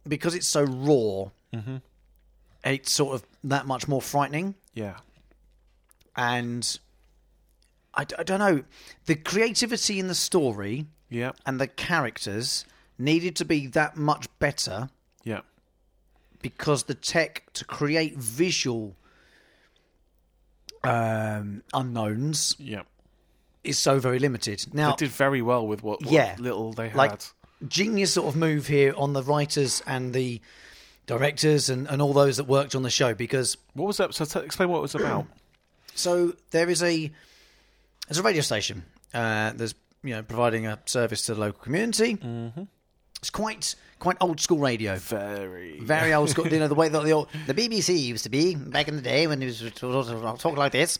S2: because it's so raw.
S3: Mm-hmm.
S2: It's sort of that much more frightening,
S3: yeah,
S2: and I, d- I don't know the creativity in the story
S3: yeah,
S2: and the characters needed to be that much better
S3: yeah,
S2: because the tech to create visual um, unknowns
S3: yeah.
S2: is so very limited. Now,
S3: They did very well with what, what
S2: Yeah.
S3: little they had.
S2: like genius sort of move here on the writers and the directors and, and all those that worked on the show because
S3: what was that? So t- explain what it was about.
S2: so there is a there's a radio station uh, there's you know providing a service to the local community mm-hmm. it's quite quite old school radio
S3: very.
S2: very old school you know the way that the old the BBC used to be back in the day when it was sort of talk like this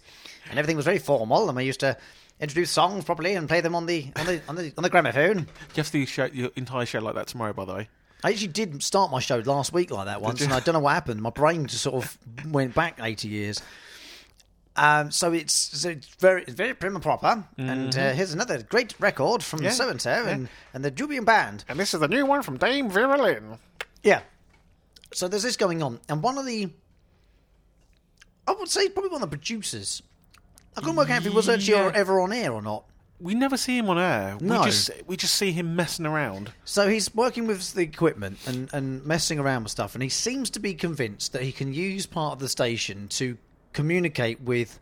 S2: and everything was very formal and we used to introduce songs properly and play them on the on the on the, on the gramophone
S3: You have to do your, show, your entire show like that tomorrow, by the way.
S2: I actually did start my show last week like that once, and I don't know what happened. My brain just sort of went back eighty years. Um, so it's, so it's very it's very prim and proper. And uh, here's another great record from so and so and and the Dubian Band.
S3: And this is the new one from Dame Vera Lynn.
S2: Yeah. So there's this going on, and one of the, I would say probably one of the producers. I couldn't work out if he was actually
S3: Yeah.
S2: ever on air or not.
S3: We never see him on air.
S2: No.
S3: We just we just see him messing around.
S2: So he's working with the equipment and, and messing around with stuff, and he seems to be convinced that he can use part of the station to communicate with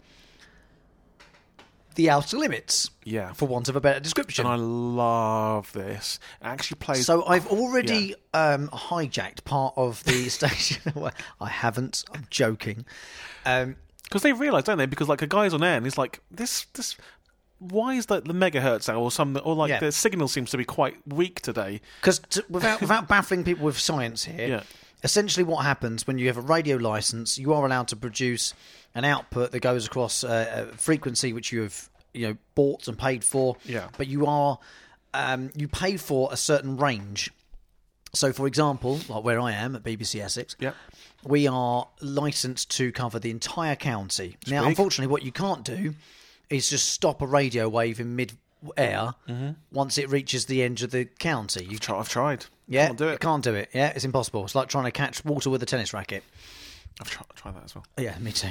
S2: the outer limits.
S3: Yeah.
S2: For want of a better description.
S3: And I love this. It actually plays
S2: So I've already um, hijacked part of the station. Well, I haven't. I'm joking. Um,
S3: because they realise, don't they? Because like a guy's on air and he's like, this this why is like the megahertz out or something or like
S2: Yeah.
S3: the signal seems to be quite weak today.
S2: Because t- without without baffling people with science here,
S3: Yeah.
S2: essentially what happens when you have a radio license, you are allowed to produce an output that goes across uh, a frequency which you have you know bought and paid for.
S3: Yeah.
S2: But you are um, you pay for a certain range. So, for example, like where I am at BBC Essex,
S3: Yep.
S2: we are licensed to cover the entire county. Now,
S3: big.
S2: unfortunately, what you can't do is just stop a radio wave in mid air
S3: Mm-hmm.
S2: once it reaches the end of the county. You
S3: Try- I've tried.
S2: yeah,
S3: Can't do
S2: you
S3: it.
S2: can't do it. Yeah, it's impossible. It's like trying to catch water with a tennis racket.
S3: I've tried, tried that as well.
S2: Yeah, me too.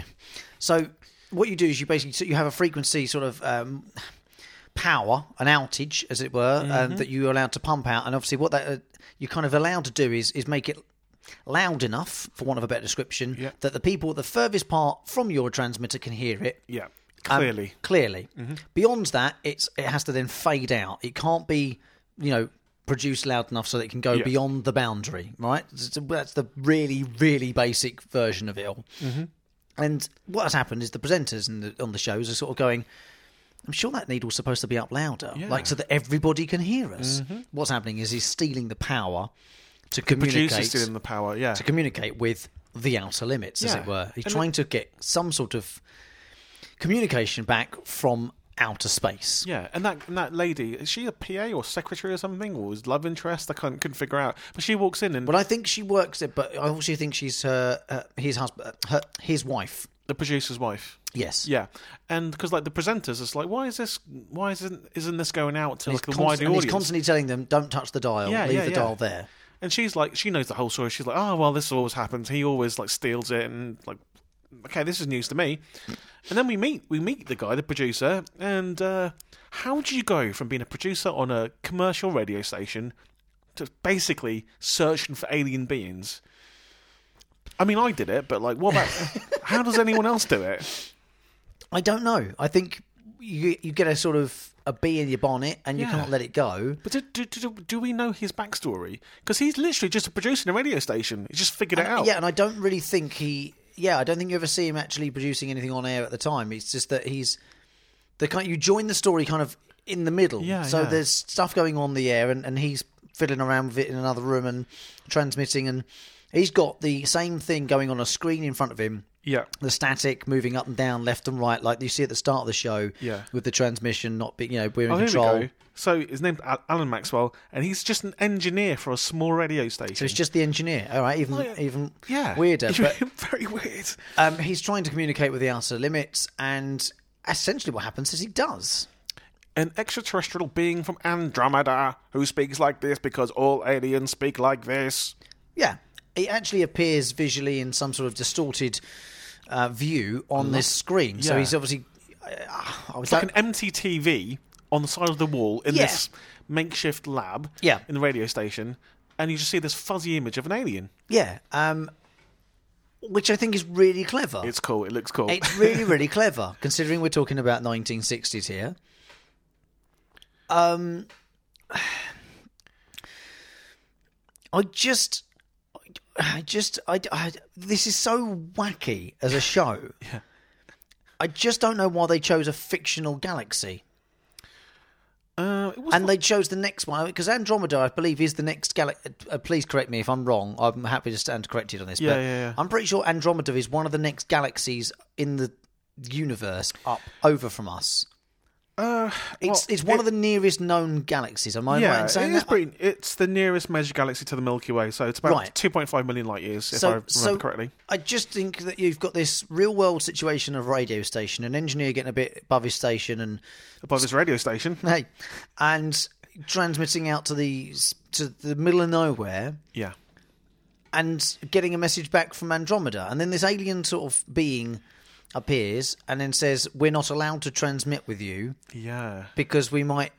S2: So what you do is you basically so you have a frequency sort of um, power, an outage, as it were,
S3: Mm-hmm.
S2: um, that you are allowed to pump out. And obviously, what that uh, you're kind of allowed to do is is make it loud enough, for want of a better description,
S3: Yeah.
S2: that the people at the furthest part from your transmitter can hear it.
S3: Yeah,
S2: Um,
S3: clearly. Mm-hmm.
S2: clearly. Beyond that, it's it has to then fade out. It can't be, you know, produced loud enough so that it can go
S3: Yeah.
S2: beyond the boundary. Right? So That's the really, really basic version of it all.
S3: Mm-hmm.
S2: And what has happened is the presenters and the, on the shows are sort of going. I'm sure that needle's supposed to be up louder, like so that everybody can hear us. What's happening is he's stealing the power to communicate
S3: Mm-hmm. Producers still in the power. Yeah,
S2: to communicate with the outer limits, as
S3: Yeah.
S2: it were. He's
S3: And
S2: trying to get some sort of communication back from outer space.
S3: Yeah, and that and that lady is she a PA or secretary or something or is love interest? I couldn't, couldn't figure out. But she walks in and
S2: Well, I think she works it, but I also think she's her, uh, his husband, her, his wife.
S3: the producer's wife.
S2: Yes.
S3: Yeah, and because like the presenters, it's like why is this? Why isn't isn't this going out to
S2: He's
S3: like the
S2: const-
S3: wider
S2: and
S3: audience?
S2: he's constantly telling them, "Don't touch the dial.
S3: Yeah,
S2: leave
S3: yeah,
S2: the
S3: yeah.
S2: dial there."
S3: And she's like, she knows the whole story. She's like, oh well, this always happens. He always like steals it, and like, okay, this is news to me. And then we meet, we meet the guy, the producer, and uh, how do you go from being a producer on a commercial radio station to basically searching for alien beings? I mean, I did it, but like, what about? how does anyone else do it?
S2: I don't know. I think you you get a sort of a bee in your bonnet, and you
S3: Yeah.
S2: can't let it go.
S3: But do, do, do, do we know his backstory? Because he's literally just a producer in a radio station. He's just figured it out.
S2: Yeah, and I don't really think he. Yeah, I don't think you ever see him actually producing anything on air at the time. It's just that he's the kind. You join the story kind of in the middle.
S3: Yeah,
S2: So
S3: yeah.
S2: there's stuff going on the air, and, and he's fiddling around with it in another room and transmitting, and he's got the same thing going on a screen in front of him.
S3: Yeah.
S2: The static moving up and down, left and right, like you see at the start of the show.
S3: Yeah.
S2: With the transmission not being, you know, we're in
S3: Oh, here
S2: control.
S3: we go. So his name's Al- Alan Maxwell, and he's just an engineer for a small radio station.
S2: So it's just the engineer. All right, even even
S3: yeah,
S2: weirder. But
S3: very weird.
S2: Um, he's trying to communicate with the outer limits, and essentially what happens is he does.
S3: An extraterrestrial being from Andromeda who speaks like this because all aliens speak like this.
S2: Yeah. He actually appears visually in some sort of distorted uh, view on this screen. So
S3: Mm-hmm. yeah.
S2: he's obviously. Uh, I was
S3: It's like
S2: like-
S3: an MTTV on the side of the wall in
S2: Yeah.
S3: this makeshift lab.
S2: Yeah.
S3: in the radio station, and you just see this fuzzy image of an alien.
S2: yeah. Um, which I think is really clever.
S3: It's cool. It looks cool.
S2: It's really, really clever, considering we're talking about 1960s here. Um, I just, I just, I, I- this is so wacky as a show. yeah. I just don't know why they chose a fictional galaxy.
S3: uh, it was
S2: And they chose the next one because Andromeda, I believe, is the next galaxy. Uh, please correct me if I'm wrong. I'm happy to stand corrected on this.
S3: Yeah,
S2: but
S3: yeah, yeah.
S2: I'm pretty sure Andromeda is one of the next galaxies in the universe up over from us.
S3: Uh,
S2: It's
S3: well,
S2: it's one
S3: it-
S2: of the nearest known galaxies. Am I right in saying
S3: it is
S2: that?
S3: pretty. It's the nearest major galaxy to the Milky Way, so it's about
S2: Right.
S3: 2.5 million light years, if I remember correctly.
S2: I just think that you've got this real world situation of radio station, an engineer getting a bit above his station, and
S3: Above this radio station.
S2: hey, and transmitting out to the to the middle of nowhere,
S3: Yeah.
S2: and getting a message back from Andromeda, and then this alien sort of being appears and then says, "We're not allowed to transmit with you
S3: Yeah.
S2: because we might."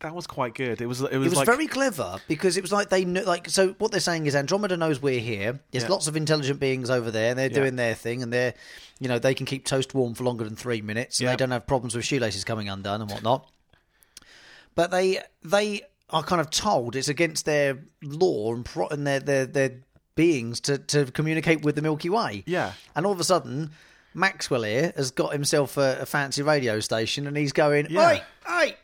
S3: That was quite good. It was. It was,
S2: It was
S3: like,
S2: very clever because it was like they knew, like so. What they're saying is Andromeda knows we're here. There's
S3: Yeah.
S2: lots of intelligent beings over there, and they're doing their thing, and they're, you know, they can keep toast warm for longer than three minutes, and
S3: Yeah.
S2: they don't have problems with shoelaces coming undone and whatnot. But they they are kind of told it's against their law and pro- and their their their beings to to communicate with the Milky Way.
S3: Yeah.
S2: and all of a sudden. Maxwell here has got himself a, a fancy radio station, and he's going,
S3: Yeah.
S2: "Hey, hey,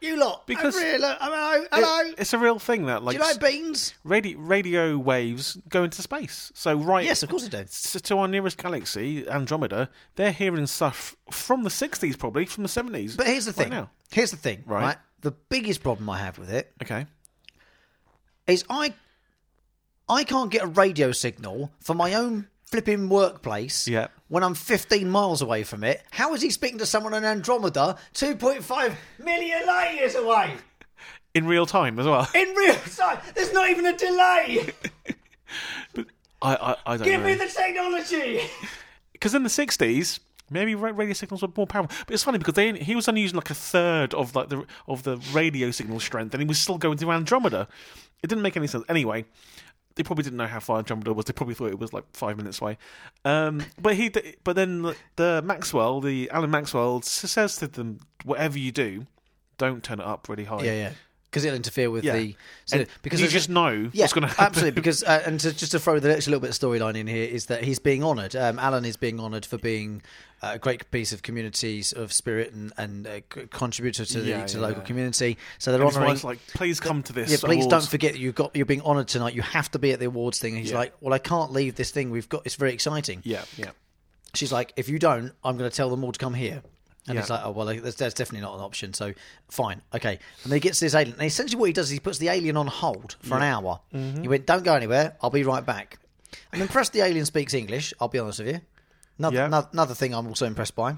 S2: you lot!
S3: Because-
S2: over here, look, hello,
S3: It-
S2: hello."
S3: it's a real thing that like
S2: Do you like beans?
S3: radio, radio waves go into space. So right,
S2: Yes, of course I do.
S3: s- to our nearest galaxy, Andromeda, they're hearing stuff from the 60s, probably from the 70s.
S2: But here's the
S3: right
S2: thing.
S3: now.
S2: Here's the thing,
S3: Right.
S2: right. The biggest problem I have with it
S3: Okay.
S2: is I I can't get a radio signal for my own flipping workplace
S3: Yeah.
S2: when I'm 15 miles away from it. How is he speaking to someone on Andromeda 2.5 million light years away?
S3: In real time as well.
S2: In real time, there's not even a delay.
S3: I I, I don't
S2: Give
S3: know.
S2: me the technology.
S3: because in the sixties, maybe ra- radio signals were more powerful. But it's funny because they he was only using like a third of like the of the radio signal strength, and he was still going to Andromeda. It didn't make any sense. Anyway, they probably didn't know how far Andromeda was. They probably thought it was like five minutes away. Um, but he, d- but then the, the Maxwell, the Alan Maxwell, s- says to them, "Whatever you do, don't turn it up really high."
S2: Yeah, yeah. Because it'll interfere with
S3: Yeah.
S2: the so, because
S3: you
S2: there's-
S3: just know
S2: yeah,
S3: what's going to happen.
S2: absolutely. Because uh, and to, just to throw the extra little bit of storyline in here is that he's being honoured. Um, Alan is being honoured for being a great piece of community sort of spirit and, and a c- contributor to the
S3: Yeah,
S2: to
S3: yeah,
S2: local
S3: yeah.
S2: community. So they're
S3: His
S2: honouring.
S3: wife's like, please come to this.
S2: yeah, please
S3: award."
S2: don't forget that you've got you're being honoured tonight. You have to be at the awards thing. And he's
S3: Yeah.
S2: like, well, I can't leave this thing. We've got it's very exciting.
S3: Yeah, yeah.
S2: She's like, if you don't, I'm going to tell them all to come here. And
S3: Yeah.
S2: he's like, oh, well, that's, that's definitely not an option. So, fine. Okay. And then he gets this alien. And essentially, what he does is he puts the alien on hold for an hour.
S3: Mm-hmm.
S2: He went, don't go anywhere. I'll be right back. I'm impressed the alien speaks English, I'll be honest with you. Another,
S3: Yeah.
S2: ano- another thing I'm also impressed by.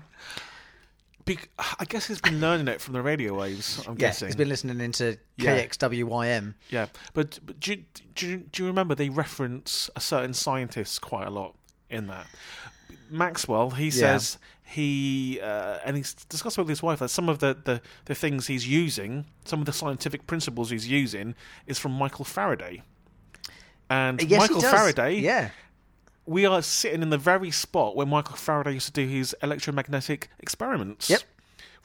S3: Bec- I guess he's been learning it from the radio waves. I'm
S2: Yeah,
S3: guessing
S2: he's been listening into
S3: Yeah.
S2: KXWYM.
S3: Yeah, but, but do, you- do you- do you remember they reference a certain scientist quite a lot in that? Maxwell, he says he uh, and he's discussed with his wife that some of the, the, the things he's using, some of the scientific principles he's using, is from Michael Faraday. And
S2: Yes, he
S3: Michael
S2: does.
S3: Faraday,
S2: Yeah.
S3: we are sitting in the very spot where Michael Faraday used to do his electromagnetic experiments.
S2: Yep.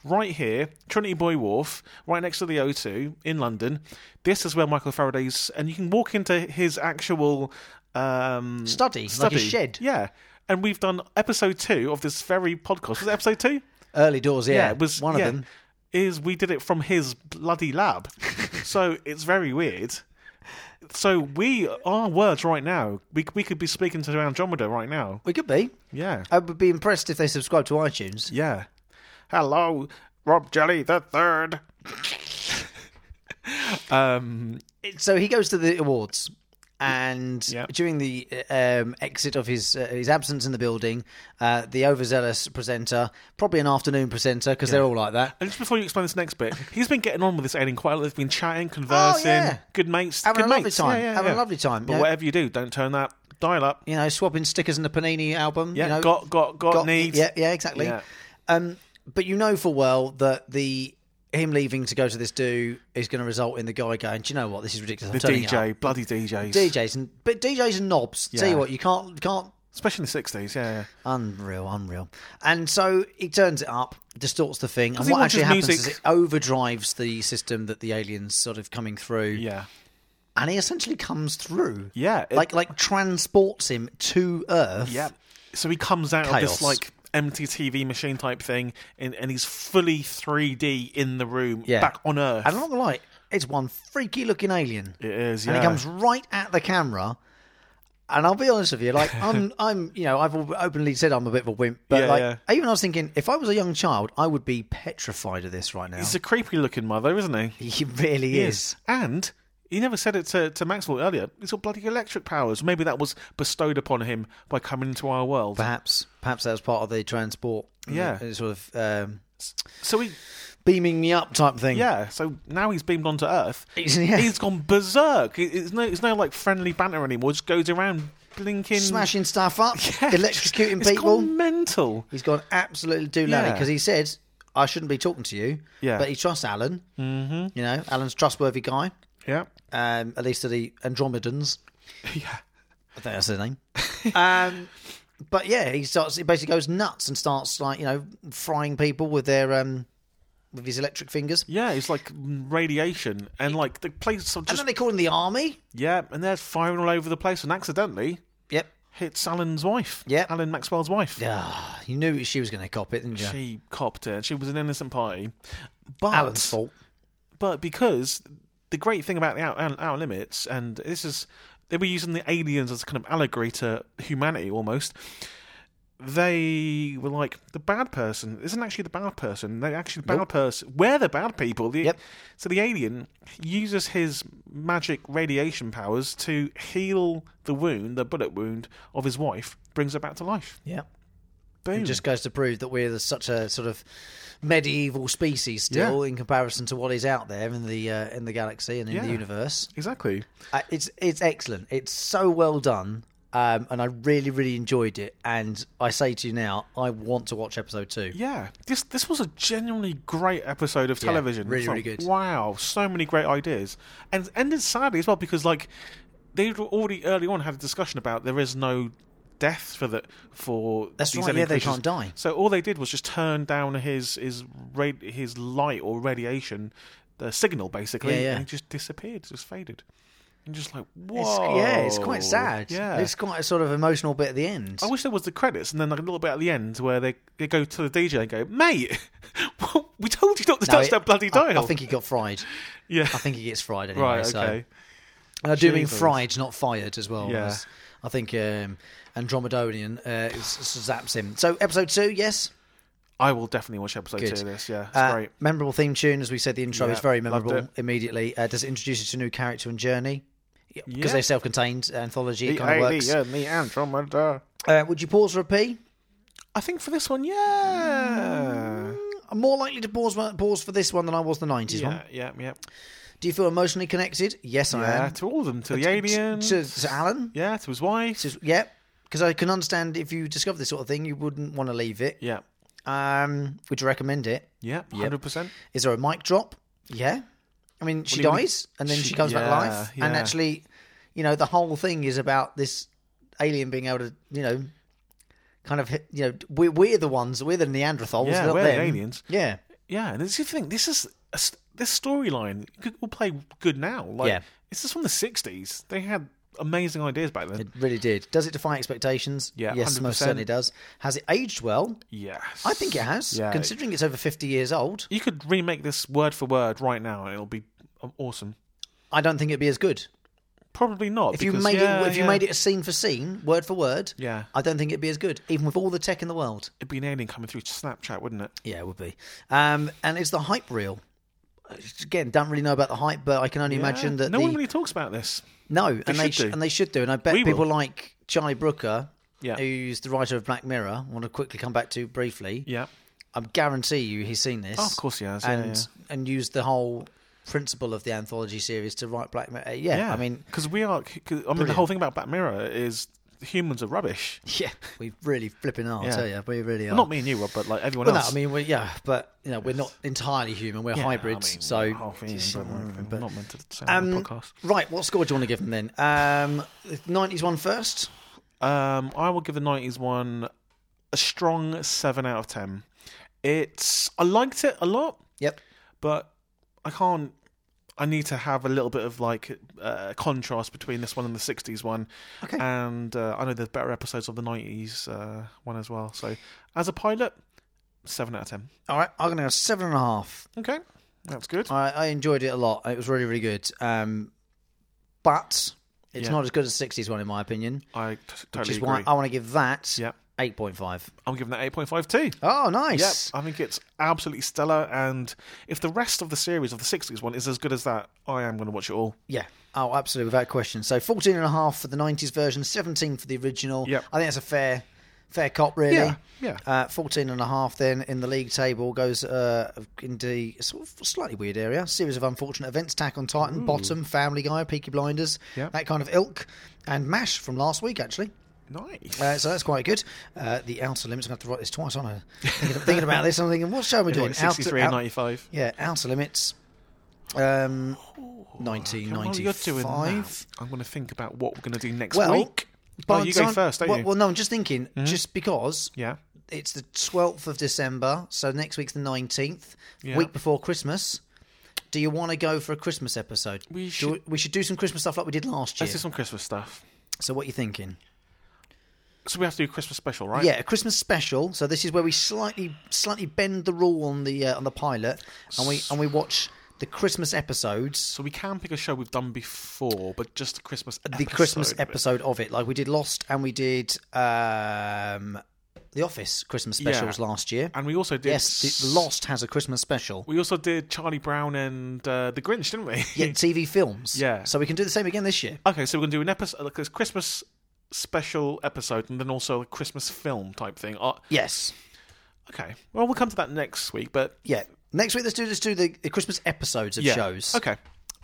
S3: Right here, Trinity Boy Wharf, right next to the O2 in London. This is where Michael Faraday's, and you can walk into his actual um,
S2: Study, like a shed.
S3: Yeah. And we've done episode two of this very podcast. Was it episode two?
S2: Early doors, yeah.
S3: it was
S2: one
S3: yeah,
S2: of them.
S3: Is we did it from his bloody lab, so it's very weird. So we, our words right now, we we could be speaking to Andromeda right now.
S2: We could be.
S3: Yeah.
S2: I would be impressed if they subscribe to iTunes.
S3: Yeah. Hello, Rob Jelly the Third. um.
S2: so he goes to the awards and
S3: Yeah.
S2: during the uh, um, exit of his uh, his absence in the building uh, the overzealous presenter probably an afternoon presenter because they're all like that
S3: And just before you explain this next bit, he's been getting on with this alien quite a lot. They've been chatting, conversing,
S2: Oh, yeah.
S3: good mates,
S2: Having
S3: good
S2: a lovely
S3: mates.
S2: time, having a lovely time,
S3: But
S2: yeah.
S3: whatever you do, don't turn that dial up.
S2: you know swapping stickers in the panini album
S3: Yeah,
S2: you know,
S3: got, got, got,
S2: got-
S3: needs.
S2: yeah yeah exactly
S3: Yeah.
S2: um, but you know full well that the him leaving to go to this do is going to result in the guy going do you know what this is ridiculous I'm
S3: The
S2: turning it up."
S3: DJ, bloody DJs,
S2: DJs and but DJs and knobs tell
S3: Yeah.
S2: you what you can't can't
S3: especially in the sixties. Yeah, yeah.
S2: Unreal, unreal. And so he turns it up, distorts the thing, and
S3: he
S2: what
S3: wants
S2: actually
S3: his
S2: happens
S3: music-
S2: is it overdrives the system that the aliens sort of coming through.
S3: yeah.
S2: And he essentially comes through.
S3: Yeah, it-
S2: like like transports him to Earth.
S3: Yeah. So he comes out of this
S2: Chaos.
S3: like empty TV machine type thing, and, and he's fully 3D in the room,
S2: Yeah.
S3: back on Earth.
S2: And I'm not gonna lie, it's one freaky looking alien.
S3: it is. Yeah.
S2: And he comes right at the camera And I'll be honest with you, like I'm, I'm, you know, I've al- openly said I'm a bit of a wimp, but
S3: Yeah,
S2: like,
S3: yeah.
S2: even I was thinking, if I was a young child, I would be petrified of this right now.
S3: He's a creepy looking mother, isn't he?
S2: He really is.
S3: And he never said it to, to Maxwell earlier. He's got bloody electric powers. Maybe that was bestowed upon him by coming into our world.
S2: Perhaps, perhaps that was part of the transport,
S3: Yeah.
S2: uh, sort of um,
S3: So he,
S2: beaming me up type thing.
S3: yeah. So now he's beamed onto Earth.
S2: He's- yeah.
S3: he's gone berserk. It- It's no, it's no like friendly banter anymore. Just goes around blinking,
S2: smashing stuff up,
S3: Yeah,
S2: electrocuting
S3: it's
S2: people.
S3: Gone mental.
S2: He's gone absolutely doolally
S3: Yeah.
S2: because he said, "I shouldn't be talking to you."
S3: Yeah.
S2: but he trusts Alan. Mm-hmm. You know, Alan's a trustworthy guy.
S3: Yeah.
S2: um, at least to the Andromedans.
S3: Yeah.
S2: I think that's their name. um, but yeah, he starts. He basically goes nuts and starts like you know frying people with their um, with his electric fingers.
S3: Yeah, it's like radiation, and like the place are
S2: And
S3: just
S2: then they call him the army.
S3: yeah, and they're firing all over the place, and accidentally
S2: Yep.
S3: hits Alan's wife.
S2: Yep.
S3: Alan Maxwell's wife.
S2: Ah, you knew she was going to cop it, didn't you?
S3: She copped it. She was an innocent party. But
S2: Alan's fault.
S3: but because the great thing about the out, out, Outer limits, and this is they were using the aliens as a kind of allegory to humanity almost. They were like the bad person isn't actually the bad person. They actually the bad person. We're the bad people. The-
S2: Yep.
S3: So the alien uses his magic radiation powers to heal the wound, the bullet wound of his wife, brings her back to life.
S2: Yeah.
S3: Boom.
S2: It just goes to prove that we're such a sort of medieval species still in comparison to what is out there in the uh, in the galaxy and in the
S3: Yeah.
S2: universe.
S3: exactly.
S2: Uh, it's it's excellent. It's so well done, um, and I really really enjoyed it. And I say to you now, I want to watch episode two.
S3: Yeah, this this was a genuinely great episode of
S2: Yeah,
S3: television.
S2: really,
S3: It's
S2: really
S3: like,
S2: good.
S3: Wow, so many great ideas, and ended sadly as well because like they already early on had a discussion about there is no death for the for
S2: That's
S3: these
S2: right,
S3: alien
S2: yeah, they
S3: creatures.
S2: can't die.
S3: So all they did was just turn down his his ra- his light or radiation, the signal basically,
S2: Yeah, yeah.
S3: and it just disappeared, just faded. And just like
S2: It's,
S3: whoa,
S2: yeah, it's quite sad.
S3: Yeah,
S2: it's quite a sort of emotional bit at the end.
S3: I wish there was the credits and then like a little bit at the end where they, they go to the DJ and go, mate, we told you not to
S2: No,
S3: touch
S2: it-
S3: that bloody
S2: I-
S3: dial.
S2: I, think he got fried.
S3: yeah,
S2: I think he gets fried anyway.
S3: right,
S2: so.
S3: okay,
S2: And I do mean
S3: Jesus.
S2: Uh, fried, not fired, as well.
S3: Yeah.
S2: as I think um, Andromedonian uh, s- s- zaps him. So episode two, yes,
S3: I will definitely watch episode
S2: Good.
S3: two of this. Yeah, it's
S2: Uh,
S3: great.
S2: Memorable theme tune, as we said, the intro
S3: Yeah,
S2: is very
S3: loved
S2: memorable
S3: it.
S2: immediately. Uh, does it introduce you to a new character and journey? Because
S3: Yeah.
S2: they're self contained anthology, it
S3: The
S2: kind of
S3: AD,
S2: works.
S3: yeah, the Andromeda.
S2: Uh, would you pause for a pee?
S3: I think for this one, yeah,
S2: I'm more likely to pause uh, pause for this one than I was the 90s one.
S3: yeah, yeah, yeah,
S2: Do you feel emotionally connected? Yes, I
S3: yeah.
S2: am.
S3: To all of them, to the
S2: Um, To-
S3: alien,
S2: To, to Alan?
S3: yeah, to his wife,
S2: To- yeah. Because I can understand if you discover this sort of thing, you wouldn't want to leave it.
S3: yeah,
S2: Um, would you recommend it?
S3: yeah, hundred percent.
S2: Is there a mic drop? Yeah. I mean, she
S3: do you mean?
S2: dies and then she,
S3: She-
S2: comes back
S3: yeah,
S2: alive. And
S3: yeah.
S2: actually, you know, the whole thing is about this alien being able to, you know, kind of, hit, you know, we're, we're the ones, we're the Neanderthals.
S3: Yeah,
S2: not
S3: we're the
S2: them.
S3: aliens.
S2: Yeah.
S3: Yeah, and this is the thing. This is a st- this storyline could- will play good now. Like,
S2: Yeah.
S3: this is from the '60s. They had amazing ideas back then.
S2: It really did. Does it defy expectations?
S3: Yeah,
S2: Yes, most
S3: 100%.
S2: certainly does. Has it aged well?
S3: Yes,
S2: I think it has,
S3: Yeah.
S2: considering it's over 50 years old.
S3: You could remake this word for word right now, and it'll be um, awesome.
S2: I don't think it'd be as good.
S3: Probably not.
S2: If you
S3: because-
S2: made
S3: yeah,
S2: it, if you
S3: yeah.
S2: made it a scene for scene, word for word,
S3: Yeah.
S2: I don't think it'd be as good, even with all the tech in the world.
S3: it'd be an alien coming through to Snapchat, wouldn't it?
S2: Yeah, it would be. Um, and it's the hype reel. Again, don't really know about the hype, but I can only imagine that
S3: no
S2: the
S3: one really talks about this.
S2: no, and they
S3: should do.
S2: and they should do, and I bet
S3: We will.
S2: people like Charlie Brooker,
S3: Yeah.
S2: who's the writer of Black Mirror, I want to quickly come back to briefly.
S3: Yeah,
S2: I guarantee you he's seen this.
S3: Oh, of course he has, yeah,
S2: And and used the whole principle of the anthology series to write Black Mirror. Yeah,
S3: yeah.
S2: I mean,
S3: because we are. 'cause, I mean, the whole thing about Black Mirror is humans are rubbish.
S2: yeah, we really flipping are. I
S3: Yeah.
S2: tell you, we really are.
S3: Not me and you, Rob, but like everyone
S2: Well, no,
S3: else.
S2: I mean, we yeah, but you know, we're not entirely human. We're
S3: Yeah, I
S2: hybrids.
S3: mean,
S2: so
S3: half human,
S2: Just- mm,
S3: but we're not meant to sound on the
S2: Um,
S3: podcast.
S2: right, what score do you want to give them then? Um, 90s one first.
S3: Um, I will give the nineties one a strong seven out of ten. It's I liked it a lot,
S2: Yep.
S3: but I can't. I need to have a little bit of like uh, contrast between this one and the '60s one,
S2: Okay.
S3: and uh, I know there's better episodes of the '90s uh, one as well. So, as a pilot, seven out of ten.
S2: All right, I'm going to go seven and a half.
S3: Okay, that's good.
S2: I, I enjoyed it a lot. It was really, really good. Um, but It's
S3: Yeah.
S2: not as good as the 60s one, in my opinion.
S3: I t-
S2: Which
S3: totally
S2: is
S3: agree.
S2: why I want to give that
S3: Yep.
S2: 8.5.
S3: I'm giving that 8.5 too.
S2: Oh,
S3: Yep,
S2: nice.
S3: I think it's absolutely stellar. And if the rest of the series of the 60s one is as good as that, I am going to watch it all.
S2: Yeah. Oh, absolutely, without question. So 14 and a half for the 90s version, 17 for the original.
S3: Yep.
S2: I think that's a fair fair cop, really.
S3: Yeah, yeah.
S2: Uh, 14 and a half then in the league table goes uh, into a sort of slightly weird area. Series of unfortunate events, Tack on Titan, Bottom, Family Guy, Peaky Blinders,
S3: Yep.
S2: that kind of ilk, and MASH from last week, actually.
S3: Nice.
S2: Uh, so that's quite good. Uh, the outer limits. I'm going to have to write this twice, aren't I? Thinking, thinking about this, I'm thinking, what show are we doing?
S3: Like 63 and
S2: Outer- out-
S3: 95.
S2: yeah, outer limits. Um,
S3: Oh, Come on, you're doing that.
S2: 1995.
S3: I'm going to think about what we're going to do next
S2: Well,
S3: week.
S2: by
S3: Oh, you
S2: the
S3: go
S2: time-
S3: first, don't
S2: well,
S3: you? Mm-hmm.
S2: Well, no, I'm just thinking, just because
S3: yeah.
S2: it's the 12th of December, so next week's the 19th,
S3: Yeah.
S2: week before Christmas. Do you want to go for a Christmas episode?
S3: We
S2: Do
S3: should-
S2: we should do some Christmas stuff like we did last year.
S3: Let's do some Christmas stuff.
S2: So what are you thinking?
S3: So we have to do a Christmas special, right?
S2: Yeah, a Christmas special. So this is where we slightly slightly bend the rule on the uh, on the pilot, and we and we watch the Christmas episodes,
S3: So we can pick a show we've done before, but just a Christmas
S2: the Christmas
S3: of it.
S2: episode of it. Like we did Lost, and we did um, the Office Christmas
S3: Yeah.
S2: specials last year.
S3: And we also did.
S2: yes, the Lost has a Christmas special.
S3: We also did Charlie Brown and uh, The Grinch, didn't we?
S2: Yeah, TV films.
S3: Yeah.
S2: So we can do the same again this year.
S3: okay, so we're going to do an episode, like this Christmas special episode, and then also a Christmas film type thing. Uh,
S2: Yes.
S3: okay. Well, we'll come to that next week, but
S2: Yeah. Next week, let's do let's do the, the Christmas episodes of
S3: yeah.
S2: shows.
S3: Okay.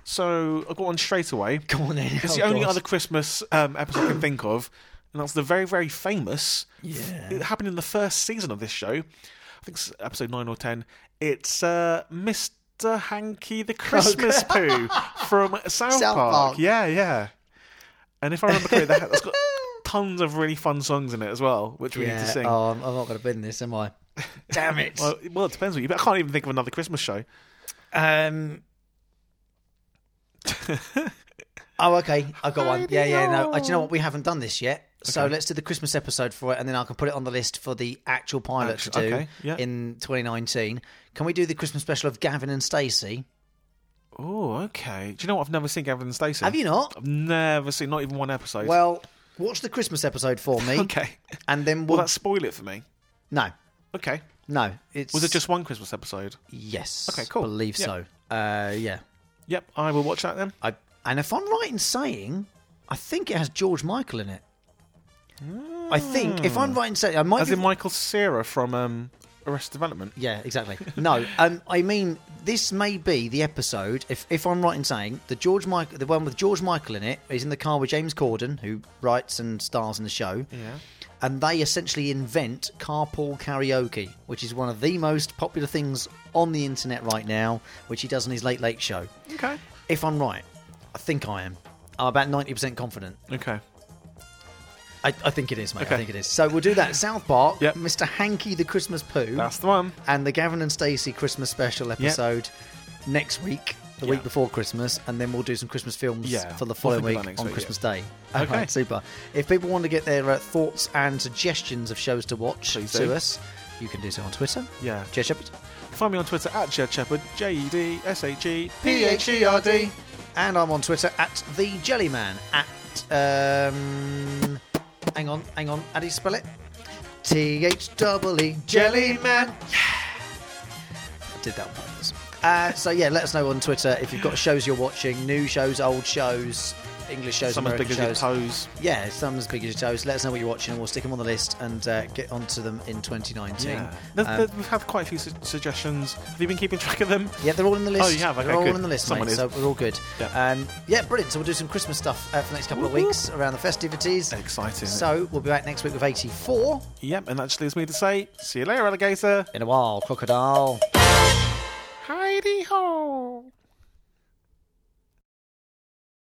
S3: So I've got one straight away.
S2: Go on then.
S3: It's
S2: Oh,
S3: the only
S2: God.
S3: other Christmas um, episode I can think of, and that's the very, very famous. It happened in the first season of this show. I think it's episode nine or ten. It's uh, Mr. Hanky the Christmas Poo from South,
S2: South
S3: Park.
S2: Park.
S3: Yeah, yeah. And if I remember correctly, that- that's got tons of really fun songs in it as well, which we need to
S2: Yeah.
S3: sing.
S2: Oh, I'm, I'm not going to bin this, am I? Damn it.
S3: Well, well, it depends on you, but I can't even think of another Christmas show.
S2: Um. oh, okay. I've got one. Yeah, yeah. No, Uh, do you know what? We haven't done this yet, so let's do the Christmas episode for it, and then I can put it on the list for the actual pilot
S3: Actu-
S2: to do
S3: okay, yeah.
S2: in 2019. Can we do the Christmas special of Gavin and Stacey?
S3: Oh, okay. Do you know what? I've never seen Gavin and Stacey.
S2: Have you not?
S3: I've never seen, not even one episode.
S2: Well, watch the Christmas episode for me,
S3: okay.
S2: and then
S3: Will
S2: we'll.
S3: that spoil it for me?
S2: no,
S3: Okay.
S2: no. It's
S3: Was it just one Christmas episode?
S2: yes?
S3: Okay, cool.
S2: Believe
S3: Yeah.
S2: so. Uh, yeah.
S3: Yep, I will watch that then.
S2: I and if I'm right in saying, I think it has George Michael in it. I think if I'm right in saying, I might
S3: Hmm. As
S2: be
S3: in Michael Cera from um, Arrested Development.
S2: Yeah, exactly. No, um, I mean this may be the episode. If if I'm right in saying the George Michael, the one with George Michael in it, is in the car with James Corden, who writes and stars in the show. Yeah. And they essentially invent carpool karaoke, which is one of the most popular things on the internet right now, which he does on his Late Late Show.
S3: Okay.
S2: If I'm right, I think I am. I'm about 90% confident.
S3: Okay.
S2: I, I think it is, mate.
S3: Okay.
S2: I think it is. So we'll do that. South Park,
S3: Yep.
S2: Mr. Hanky the Christmas Poo
S3: That's the one.
S2: and the Gavin and Stacey Christmas special episode next week, the
S3: Yeah.
S2: week before Christmas, and then we'll do some Christmas films
S3: Yeah,
S2: for
S3: we'll
S2: the following
S3: think about
S2: week
S3: next
S2: on
S3: week, yeah.
S2: Christmas Day.
S3: Okay.
S2: Alright, super. If people want to get their uh, thoughts and suggestions of shows to watch
S3: Please
S2: to
S3: do.
S2: us, you can do so on Twitter.
S3: Yeah.
S2: Jay Shepherd.
S3: Find me on Twitter at Jed Shepherd, J E D S H E P H E R D.
S2: And I'm on Twitter at the Jellyman. At um, hang on, hang on. How do you spell it? T H double E Jellyman. I did that on purpose. Uh, so yeah, let us know on Twitter if you've got shows you're watching, new shows, old shows, English shows,
S3: Some as
S2: American
S3: big as your
S2: shows.
S3: toes.
S2: Yeah, some as big as your toes. Let us know what you're watching, and we'll stick them on the list and uh, get onto them in 2019.
S3: There's-
S2: Um,
S3: there's- we've had quite a few su- suggestions. Have you been keeping track of them?
S2: Yeah, they're all in the list.
S3: Oh, you have? Okay,
S2: they're all
S3: good.
S2: in the list,
S3: Someone
S2: mate.
S3: is.
S2: So we're all good.
S3: Yeah.
S2: Yeah. Um, yeah, brilliant. So we'll do some Christmas stuff uh, for the next couple
S3: Woo-hoo.
S2: of weeks around the festivities.
S3: Exciting.
S2: So we'll be back next week with 84
S3: Yep, and that just leaves me to say, see you later, alligator.
S2: in a while, crocodile.
S3: Heidi ho.